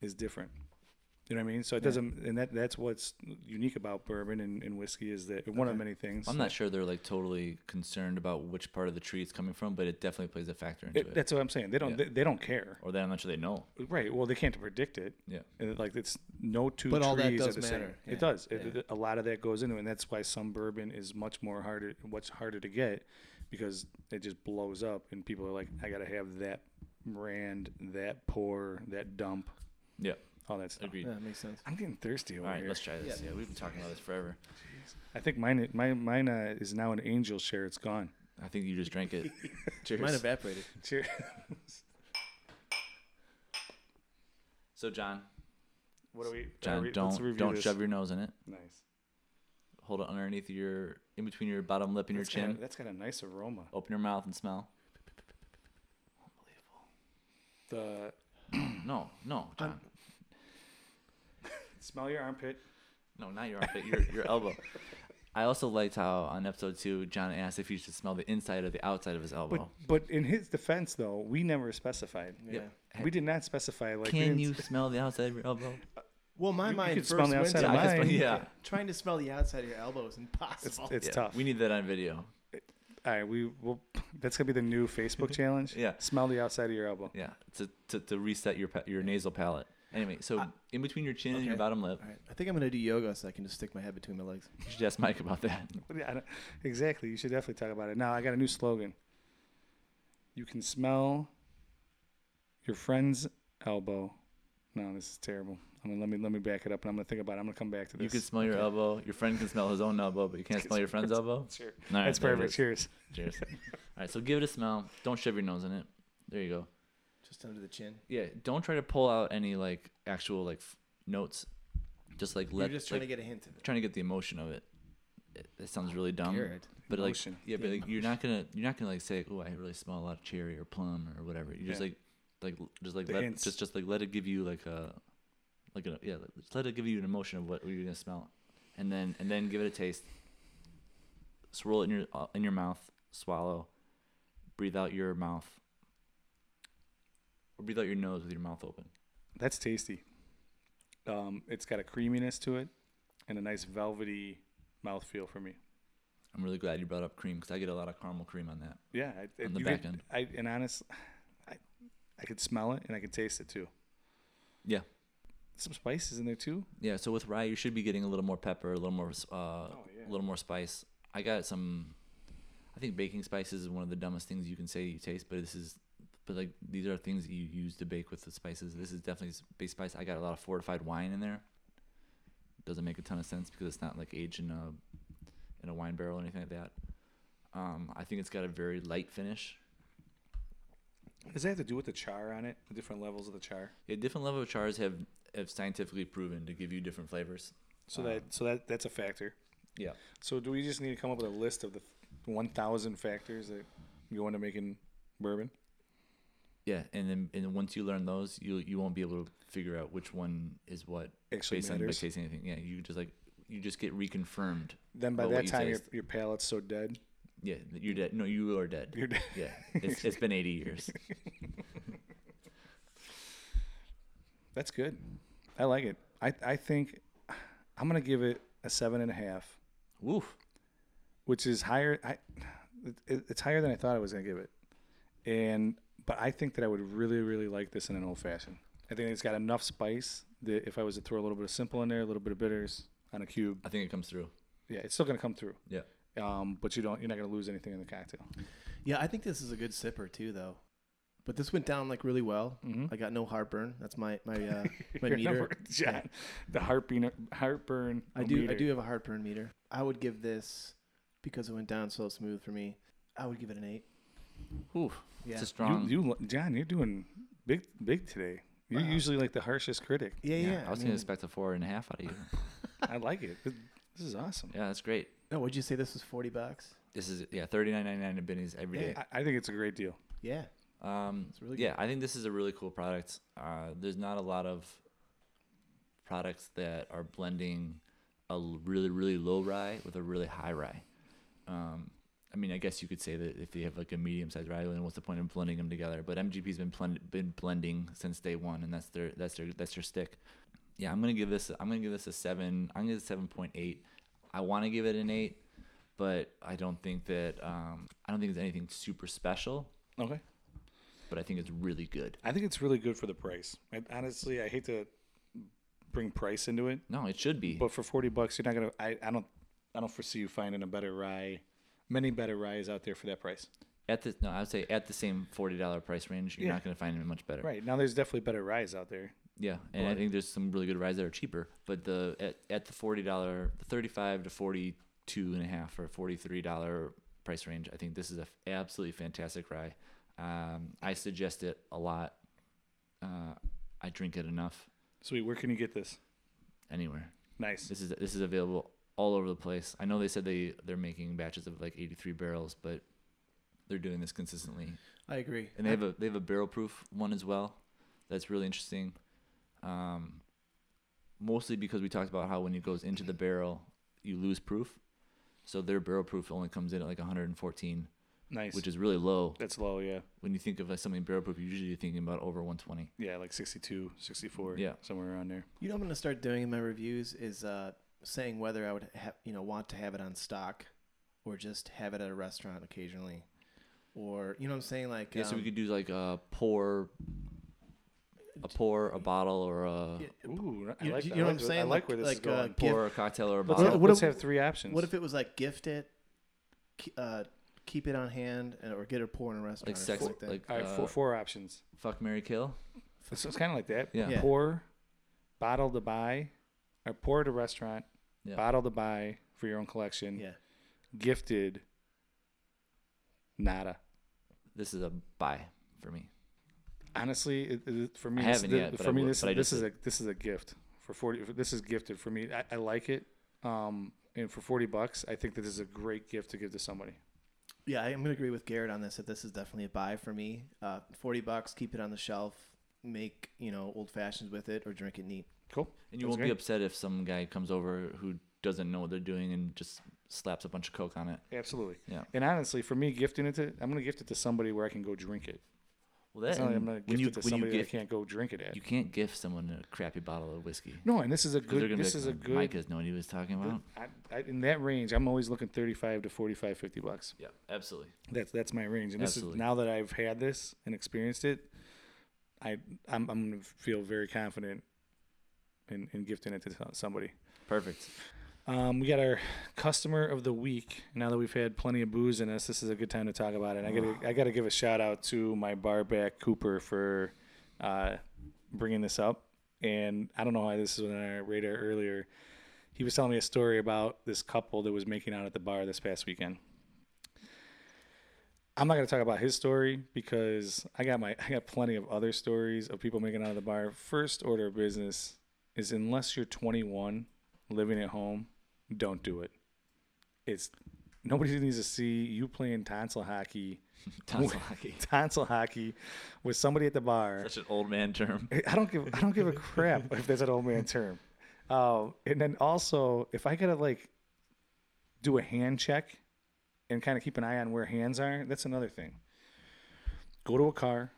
Speaker 1: is different. You know what I mean? So it doesn't, and that that's what's unique about bourbon and, and whiskey is that one of many things.
Speaker 2: I'm not sure they're like totally concerned about which part of the tree it's coming from, but it definitely plays a factor into
Speaker 1: It-
Speaker 2: it.
Speaker 1: that's what I'm saying. They don't they, they don't care,
Speaker 2: or that I'm not sure they know.
Speaker 1: right? Well, they can't predict it.
Speaker 2: Yeah.
Speaker 1: And, like it's no two
Speaker 3: But
Speaker 1: trees
Speaker 3: all that
Speaker 1: are
Speaker 3: does
Speaker 1: the same.
Speaker 3: matter. Yeah.
Speaker 1: It does. It- it- a lot of that goes into, it, and that's why some bourbon is much more harder, much harder to get, because it just blows up, and people are like, I gotta have that brand, that pour, that dump,
Speaker 2: Yeah.
Speaker 1: all that stuff.
Speaker 2: Agreed.
Speaker 3: Yeah, that makes sense.
Speaker 1: I'm getting thirsty over
Speaker 2: All right,
Speaker 1: here.
Speaker 2: let's try this. Yeah, we've been talking about this forever.
Speaker 1: I think mine, my, mine uh, is now an angel share. It's gone. (laughs)
Speaker 2: I think you just drank it. Cheers.
Speaker 3: Mine evaporated.
Speaker 1: Cheers.
Speaker 2: So John,
Speaker 1: what are we?
Speaker 2: John,
Speaker 1: are we- let's
Speaker 2: don't
Speaker 1: review
Speaker 2: don't
Speaker 1: this.
Speaker 2: shove your nose in it.
Speaker 1: Nice.
Speaker 2: Hold it underneath your, in between your bottom lip and your
Speaker 1: That's got a-
Speaker 2: chin.
Speaker 1: that's got a nice aroma.
Speaker 2: Open your mouth and smell.
Speaker 1: The
Speaker 2: No, no, John.
Speaker 1: smell your armpit.
Speaker 2: No, not your armpit, your
Speaker 1: (laughs)
Speaker 2: your elbow. I also liked how on episode two, John asked if you should smell the inside or the outside of his elbow.
Speaker 1: But but in his defense though, we never specified.
Speaker 3: Yeah.
Speaker 2: Yep.
Speaker 1: We did not specify. Like we
Speaker 2: Can
Speaker 1: didn't-
Speaker 2: you smell the outside of
Speaker 1: (laughs)
Speaker 2: your elbow?
Speaker 3: Well, my
Speaker 1: You- you
Speaker 3: mind
Speaker 1: could
Speaker 3: first
Speaker 1: smell the
Speaker 3: went
Speaker 1: outside
Speaker 3: to
Speaker 1: of
Speaker 2: I can smell-
Speaker 1: mine.
Speaker 2: yeah.
Speaker 3: (laughs) trying to smell the outside of your elbow is
Speaker 1: It's,
Speaker 3: impossible.
Speaker 1: it's
Speaker 2: Yeah,
Speaker 1: tough.
Speaker 2: We need that on video.
Speaker 1: All right, we will. That's gonna be the new Facebook challenge.
Speaker 2: Mm-hmm. Yeah.
Speaker 1: Smell the outside of your elbow.
Speaker 2: Yeah, to, to, to reset your pa- your nasal palate. Anyway, so in between your chin and your
Speaker 3: okay.
Speaker 2: bottom lip,
Speaker 3: All right. I think I'm gonna do yoga so I can just stick my head between my legs.
Speaker 2: you should ask Mike
Speaker 1: (laughs)
Speaker 2: about that.
Speaker 1: But yeah, I don't- exactly. You should definitely talk about it. Now I got a new slogan. You can smell your friend's elbow. No, this is terrible. I'm gonna let me let me back it up, and I'm gonna think about it. I'm gonna come back to this.
Speaker 2: You can smell your elbow. Your friend can smell his own elbow, but you can't smell your friend's elbow.
Speaker 1: Sure.
Speaker 2: All right,
Speaker 1: That's
Speaker 2: there it
Speaker 1: perfect.
Speaker 2: is.
Speaker 1: Cheers.
Speaker 2: Cheers. All right, so give it a smell. Don't shove your nose in it. There you go.
Speaker 3: Just under the chin.
Speaker 2: Yeah, don't try to pull out any like actual like f- notes. Just like let
Speaker 3: You're just trying
Speaker 2: like,
Speaker 3: to get a hint of it.
Speaker 2: trying to get the emotion of it. It, it sounds really dumb,
Speaker 3: Garrett.
Speaker 2: but
Speaker 1: Emotion.
Speaker 2: like yeah, but like, you're not gonna you're not gonna like say, oh, I really smell a lot of cherry or plum or whatever. You just
Speaker 1: Yeah.
Speaker 2: like like l- just like
Speaker 1: The
Speaker 2: let,
Speaker 1: hints.
Speaker 2: just just like let it give you like a like a, yeah, like, just let it give you an emotion of what you're gonna smell, and then and then give it a taste. Swirl it in your uh, in your mouth, swallow, breathe out your mouth, or breathe out your nose with your mouth open.
Speaker 1: That's tasty. Um, it's got a creaminess to it, and a nice velvety mouthfeel for me.
Speaker 2: I'm really glad you brought up cream because I get a lot of caramel cream on that.
Speaker 1: Yeah, I, I-
Speaker 2: On the
Speaker 1: you
Speaker 2: back
Speaker 1: could-
Speaker 2: end.
Speaker 1: I, and honest, I, I could smell it and I could taste it too.
Speaker 2: Yeah,
Speaker 1: Some spices in there too.
Speaker 2: yeah. So with rye, you should be getting a little more pepper, a little more, uh, a little more spice. I got some. I think baking spices is one of the dumbest things you can say you taste, but this is, but like these are things that you use to bake with the spices. This is definitely s- base spice. I got a lot of fortified wine in there. Doesn't make a ton of sense because it's not like aged in a, in a wine barrel or anything like that. Um, I think it's got a very light finish.
Speaker 1: Does that have to do with the char on it? The different levels of the char.
Speaker 2: Yeah, different level of chars have have scientifically proven to give you different flavors.
Speaker 1: So that so that that's a factor.
Speaker 2: Yeah.
Speaker 1: So do we just need to come up with a list of the 1,000 factors that go into making bourbon?
Speaker 2: Yeah, and then and then once you learn those, you you won't be able to figure out which one is what
Speaker 1: Actually
Speaker 2: based on by
Speaker 1: matters.
Speaker 2: tasting anything. Yeah, you just like you just get reconfirmed.
Speaker 1: Then by
Speaker 2: about what
Speaker 1: that
Speaker 2: you
Speaker 1: time, your,
Speaker 2: taste.
Speaker 1: your palate's so dead.
Speaker 2: yeah, that you're dead. No, you are dead.
Speaker 1: You're dead.
Speaker 2: Yeah, it's, it's been
Speaker 1: (laughs)
Speaker 2: 80 years.
Speaker 1: That's good. I like it. I, I think I'm going to give it a seven and a half,
Speaker 2: Woof.
Speaker 1: which is higher. I, it, it's higher than I thought I was going to give it. And, but I think that I would really, really like this in an old fashioned. I think it's got enough spice that if I was to throw a little bit of simple in there, a little bit of bitters on a cube,
Speaker 2: I think it comes through.
Speaker 1: yeah, it's still going to come through.
Speaker 2: Yeah.
Speaker 1: Um, but you don't, you're not going to lose anything in the
Speaker 3: (laughs)
Speaker 1: cocktail.
Speaker 3: Yeah, I think this is a good sipper too, though. But this went down like really well. I got no heartburn. That's my my (laughs) uh, my
Speaker 1: Your
Speaker 3: meter.
Speaker 1: number- (laughs) John, the heartburn, heartburn.
Speaker 3: I do
Speaker 1: meter.
Speaker 3: I do have a heartburn meter. I would give this because it went down so smooth for me. I would give it an eight.
Speaker 2: Woof.
Speaker 3: Yeah.
Speaker 2: It's a
Speaker 1: You-
Speaker 2: strong.
Speaker 1: You, John, you're doing big, big today. You're usually like the harshest critic.
Speaker 3: yeah, yeah.
Speaker 2: I was gonna
Speaker 3: I mean-
Speaker 2: expect a four and a half out of you.
Speaker 1: I like
Speaker 3: (laughs)
Speaker 1: it. This this is awesome.
Speaker 2: (laughs) yeah, that's great.
Speaker 3: No, would you say this was forty bucks?
Speaker 2: This is yeah, 39.99 at Benny's every day.
Speaker 1: I, I think it's a great deal.
Speaker 3: Yeah.
Speaker 2: Um,
Speaker 3: It's really good.
Speaker 2: yeah, I think this is a really cool product. Uh, there's not a lot of products that are blending a l- really, really low rye with a really high rye. Um, I mean, I guess you could say that if they have like a medium-sized rye, then what's the point of blending them together? But MGP's been blend- been blending since day one, and that's their that's their that's their stick. Yeah, I'm gonna give this I'm gonna give this a seven. I'm gonna give it seven point eight. I want to give it an eight, but I don't think that um, I don't think there's anything super special
Speaker 1: Okay.
Speaker 2: but I think it's really good.
Speaker 1: I think it's really good for the price. I, honestly, I hate to bring price into it,
Speaker 2: No, it should be.
Speaker 1: but for forty bucks, you're not gonna. I, I don't. I don't foresee you finding a better rye. Many better ryes out there for that price.
Speaker 2: At the no, I would say at the same forty dollar price range, you're
Speaker 1: Yeah.
Speaker 2: not going to find it much better.
Speaker 1: Right now, there's definitely better ryes out there.
Speaker 2: Yeah, and I think there's some really good rides that are cheaper, but the at, at the forty dollar, the thirty five to forty two and a half or forty three dollar price range, I think this is a f- absolutely fantastic rye. Um, I suggest it a lot. Uh, I drink it enough
Speaker 1: Sweet. Where can you get this?
Speaker 2: anywhere.
Speaker 1: Nice.
Speaker 2: This is this is available all over the place. I know they said they they're making batches of like eighty three barrels, but they're doing this consistently.
Speaker 3: I agree.
Speaker 2: and they have a they have a barrel proof one as well. That's really interesting. Um, mostly because we talked about how when it goes into the barrel, you lose proof. So their barrel proof only comes in at like 114,
Speaker 1: Nice.
Speaker 2: which is really low.
Speaker 1: That's low. Yeah.
Speaker 2: When you think of like something barrel proof, usually you're thinking about over 120.
Speaker 1: Yeah, like 62, 64.
Speaker 2: Yeah.
Speaker 1: Somewhere around there.
Speaker 3: You know, what I'm gonna start doing in my reviews is uh, saying whether I would ha- you know want to have it on stock, or just have it at a restaurant occasionally, or you know what I'm saying like
Speaker 2: Yeah, so we
Speaker 3: um,
Speaker 2: could do like a pour, a pour, a bottle, or a
Speaker 3: Yeah,
Speaker 1: Ooh, I like that.
Speaker 3: you- you
Speaker 1: I
Speaker 3: know
Speaker 1: like
Speaker 3: what I'm
Speaker 1: where- I
Speaker 3: saying?
Speaker 1: like
Speaker 3: Like-
Speaker 1: where this is
Speaker 3: like, uh,
Speaker 1: going.
Speaker 2: pour, a cocktail, or a
Speaker 1: let's
Speaker 2: bottle.
Speaker 1: have,
Speaker 3: what
Speaker 1: let's
Speaker 3: if-
Speaker 1: have three options.
Speaker 3: What if it was like gift it, ke- uh, keep it on hand, and, or get it poured in a restaurant?
Speaker 2: like
Speaker 3: or
Speaker 2: sex,
Speaker 3: something that.
Speaker 2: like
Speaker 1: All right,
Speaker 2: uh,
Speaker 1: four, four options.
Speaker 2: fuck, Mary kill.
Speaker 1: So it's kind of like that.
Speaker 2: Yeah.
Speaker 3: Yeah.
Speaker 1: Pour, bottle to buy, or pour at a restaurant,
Speaker 2: Yeah.
Speaker 1: bottle to buy for your own
Speaker 2: mm.
Speaker 1: collection,
Speaker 3: yeah,
Speaker 1: gifted, nada.
Speaker 2: This is a buy for me.
Speaker 1: Honestly, it, it- for me,
Speaker 2: I
Speaker 1: this-
Speaker 2: haven't
Speaker 1: the-
Speaker 2: yet, but
Speaker 1: for
Speaker 2: I
Speaker 1: me
Speaker 2: will-
Speaker 1: this,
Speaker 2: but I
Speaker 1: this is
Speaker 2: just
Speaker 1: a this is a gift for forty. This is gifted for me. I, I like it, um, and for forty bucks, I think that this is a great gift to give to somebody.
Speaker 3: yeah. I'm gonna agree with Garrett on this. That this is definitely a buy for me. Uh, Forty bucks, keep it on the shelf, make you know old fashions with it, or drink it neat.
Speaker 1: Cool.
Speaker 2: And you
Speaker 1: That's
Speaker 2: won't be
Speaker 1: great.
Speaker 2: upset if some guy comes over who doesn't know what they're doing and just slaps a bunch of coke on it.
Speaker 1: Absolutely.
Speaker 2: Yeah.
Speaker 1: And honestly, for me, gifting it to I'm gonna gift it to somebody where I can go drink it.
Speaker 2: Well, that
Speaker 1: It's not like
Speaker 2: and
Speaker 1: I'm gonna
Speaker 2: when
Speaker 1: gift
Speaker 2: you
Speaker 1: it to
Speaker 2: when you
Speaker 1: somebody that I
Speaker 2: gift,
Speaker 1: can't go drink it at.
Speaker 2: you can't gift someone a crappy bottle of whiskey.
Speaker 1: no, and this is a
Speaker 2: 'Cause they're
Speaker 1: good.
Speaker 2: be
Speaker 1: This
Speaker 2: like,
Speaker 1: is a
Speaker 2: "Mike
Speaker 1: good.
Speaker 2: doesn't know what he was talking
Speaker 1: good-
Speaker 2: about.
Speaker 1: I, I, in that range, I'm always looking 35 to 45, 50 bucks.
Speaker 2: Yeah, absolutely.
Speaker 1: That's that's my range. And this
Speaker 2: Absolutely.
Speaker 1: is now that I've had this and experienced it, I I'm, I'm gonna feel very confident in, in gifting it to so- somebody.
Speaker 2: Perfect.
Speaker 1: Um, we got our customer of the week. Now that we've had plenty of booze in us, this is a good time to talk about it. And I
Speaker 2: (sighs)
Speaker 1: gotta, I gotta give a shout out to my barback Cooper for uh, bringing this up. And I don't know why this was on our radar earlier. He was telling me a story about this couple that was making out at the bar this past weekend. I'm not gonna talk about his story because I got my (laughs) I got plenty of other stories of people making out of the bar. First order of business is unless you're 21, living at home, don't do it. It's nobody needs to see you playing tonsil hockey,
Speaker 2: (laughs) Tonsil hockey.
Speaker 1: (laughs) tonsil hockey, with somebody at the bar.
Speaker 2: Such an old man term.
Speaker 1: I don't give I don't give a crap if that's an old man term. Um, and then also, if I gotta like do a hand check and kind of keep an eye on where hands are, that's another thing. Go to a car,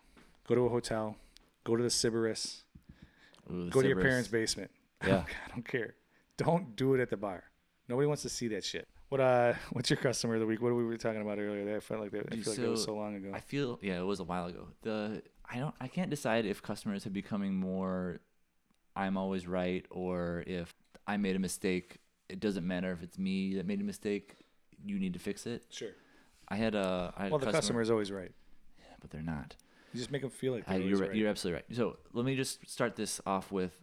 Speaker 1: go to a hotel, go to the Sybaris,
Speaker 2: (laughs) Ooh, the
Speaker 1: go to your
Speaker 2: Cerberus.
Speaker 1: parents' basement. (laughs)
Speaker 2: Yeah.
Speaker 1: I don't care. Don't do it at the bar. Nobody wants to see that shit. What uh, what's your customer of the week? What were we talking about earlier? That I felt like that. I
Speaker 2: Dude,
Speaker 1: feel like that was
Speaker 2: so
Speaker 1: so long ago.
Speaker 2: I feel yeah, it was a while ago. The I don't I can't decide if customers are becoming more I'm always right or if I made a mistake, it doesn't matter if it's me that made a mistake, you need to fix it.
Speaker 1: sure.
Speaker 2: I had a I had
Speaker 1: Well,
Speaker 2: a
Speaker 1: the customer is always right.
Speaker 2: yeah, but they're not.
Speaker 1: You just make them feel like
Speaker 2: I,
Speaker 1: they're always
Speaker 2: Uh, you're
Speaker 1: right.
Speaker 2: you're absolutely right. So let me just start this off with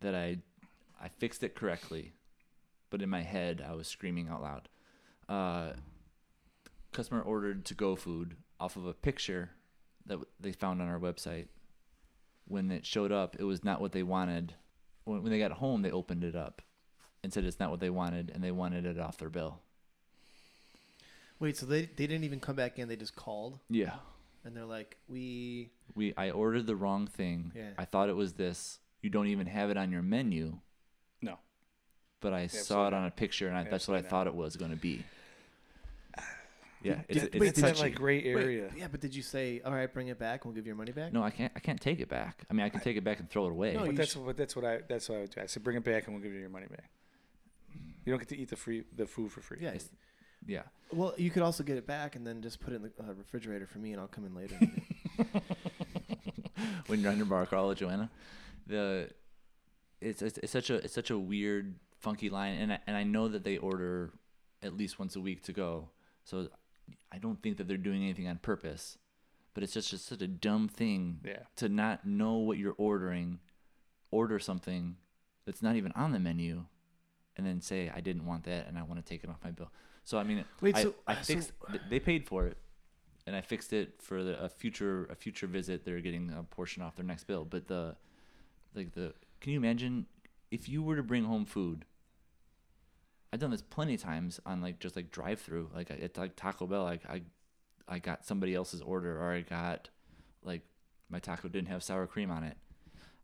Speaker 2: that I I fixed it correctly, but in my head I was screaming out loud. Uh, customer ordered to go food off of a picture that w- they found on our website. When it showed up, it was not what they wanted. When, when they got home, they opened it up and said it's not what they wanted, and they wanted it off their bill.
Speaker 3: Wait, so they they didn't even come back in. They just called
Speaker 2: Yeah.
Speaker 3: and they're like, "We
Speaker 2: we I ordered the wrong thing.
Speaker 3: Yeah.
Speaker 2: I thought it was this. You don't even have it on your menu.
Speaker 1: No.
Speaker 2: But I saw it on a picture, and I, that's what I thought it was going to
Speaker 3: (sighs)
Speaker 2: be. Yeah, it's,
Speaker 1: Did-
Speaker 2: it's
Speaker 1: wait, did that
Speaker 2: touchy.
Speaker 1: like gray
Speaker 3: wait,
Speaker 1: area.
Speaker 3: yeah, but did you say, "All right, bring it back. We'll give you your money back"?
Speaker 2: no, I can't. I can't take it back. I mean, I can take it back and throw it away.
Speaker 3: No,
Speaker 1: But
Speaker 3: you
Speaker 1: that's
Speaker 3: should-
Speaker 1: what that's what I that's what I would do. I said bring it back and we'll give you your money back. You don't get to eat the free the food for free.
Speaker 3: Yeah.
Speaker 2: It's- yeah,
Speaker 3: Well, you could also get it back and then just put it in the uh, refrigerator for me, and I'll come
Speaker 1: (laughs)
Speaker 3: in later. and get it.
Speaker 2: when you're under bar crawl, Joanna, the it's, it's it's such a it's such a weird, funky line, and I, and I know that they order at least once a week to go, so I don't think that they're doing anything on purpose, but it's just, just such a dumb thing
Speaker 1: Yeah.
Speaker 2: to not know what you're ordering, order something that's not even on the menu, and then say I didn't want that and I want to take it off my bill. So I mean,
Speaker 3: Wait,
Speaker 2: I,
Speaker 3: so-
Speaker 2: I
Speaker 3: so-
Speaker 2: fixed. th- they paid for it, and I fixed it for the, a future a future visit. They're getting a portion off their next bill. But the like the can you imagine if you were to bring home food? I've done this plenty of times on like just like drive through like I- at like Taco Bell. Like I I got somebody else's order or I got like my taco didn't have sour cream on it.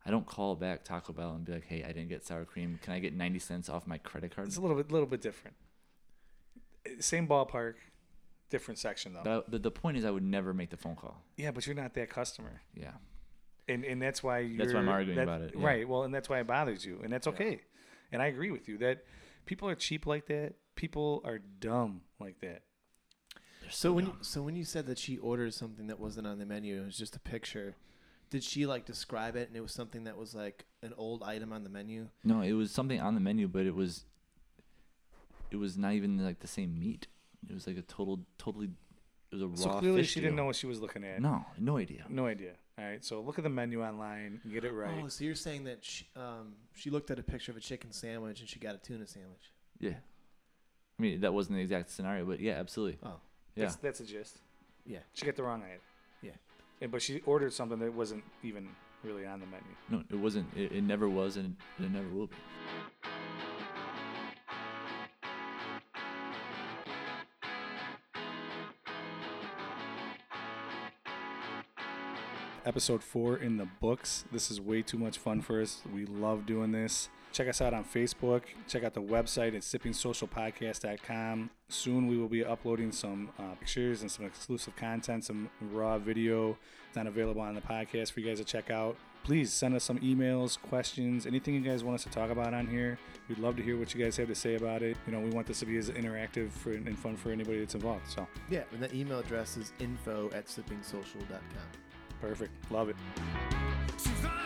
Speaker 2: I don't call back Taco Bell and be like, "Hey, I didn't get sour cream. Can I get 90 cents off my credit card?"
Speaker 1: It's a little bit little bit different. Eh, Same ballpark, different section though.
Speaker 2: But I, the, the point is, I would never make the phone call.
Speaker 1: yeah, but you're not that customer.
Speaker 2: Yeah,
Speaker 1: And and that's why you're
Speaker 2: That's why I'm arguing about it, yeah.
Speaker 1: Right. Well, and that's why it bothers you. And that's okay. And I agree with you that people are cheap like that. People are dumb like that.
Speaker 3: so when you, so when you said that she ordered something that wasn't on the menu, it was just a picture. Did she like describe it, and it was something that was like an old item on the menu?
Speaker 2: no, it was something on the menu, but it was it was not even like the same meat. It was like a total, totally, it was a raw.
Speaker 1: So clearly
Speaker 2: fish
Speaker 1: she didn't
Speaker 2: deal.
Speaker 1: know what she was looking at.
Speaker 2: No, no idea.
Speaker 1: No idea. All right. So look at the menu online. Get it right.
Speaker 3: Oh, so you're saying that she, um, she looked at a picture of a chicken sandwich and she got a tuna sandwich?
Speaker 2: Yeah, I mean that wasn't the exact scenario, but yeah, absolutely.
Speaker 3: Oh,
Speaker 2: Yeah,
Speaker 1: That's, that's a gist.
Speaker 3: yeah,
Speaker 1: She got the wrong item.
Speaker 3: yeah.
Speaker 1: Yeah, but she ordered something that wasn't even really on the menu.
Speaker 2: no, it wasn't. It, it never was, and it never will be.
Speaker 1: Episode four in the books. This is way too much fun for us. We love doing this. Check us out on Facebook. Check out the website at sippingsocialpodcast.com. Soon we will be uploading some uh, pictures and some exclusive content, some raw video not available on the podcast for you guys to check out. Please send us some emails, questions, anything you guys want us to talk about on here. We'd love to hear what you guys have to say about it. You know, we want this to be as interactive for, and fun for anybody that's involved. So.
Speaker 3: Yeah, and that email address is info at sippingsocial.com.
Speaker 1: Perfect. Love it.
Speaker 4: She's on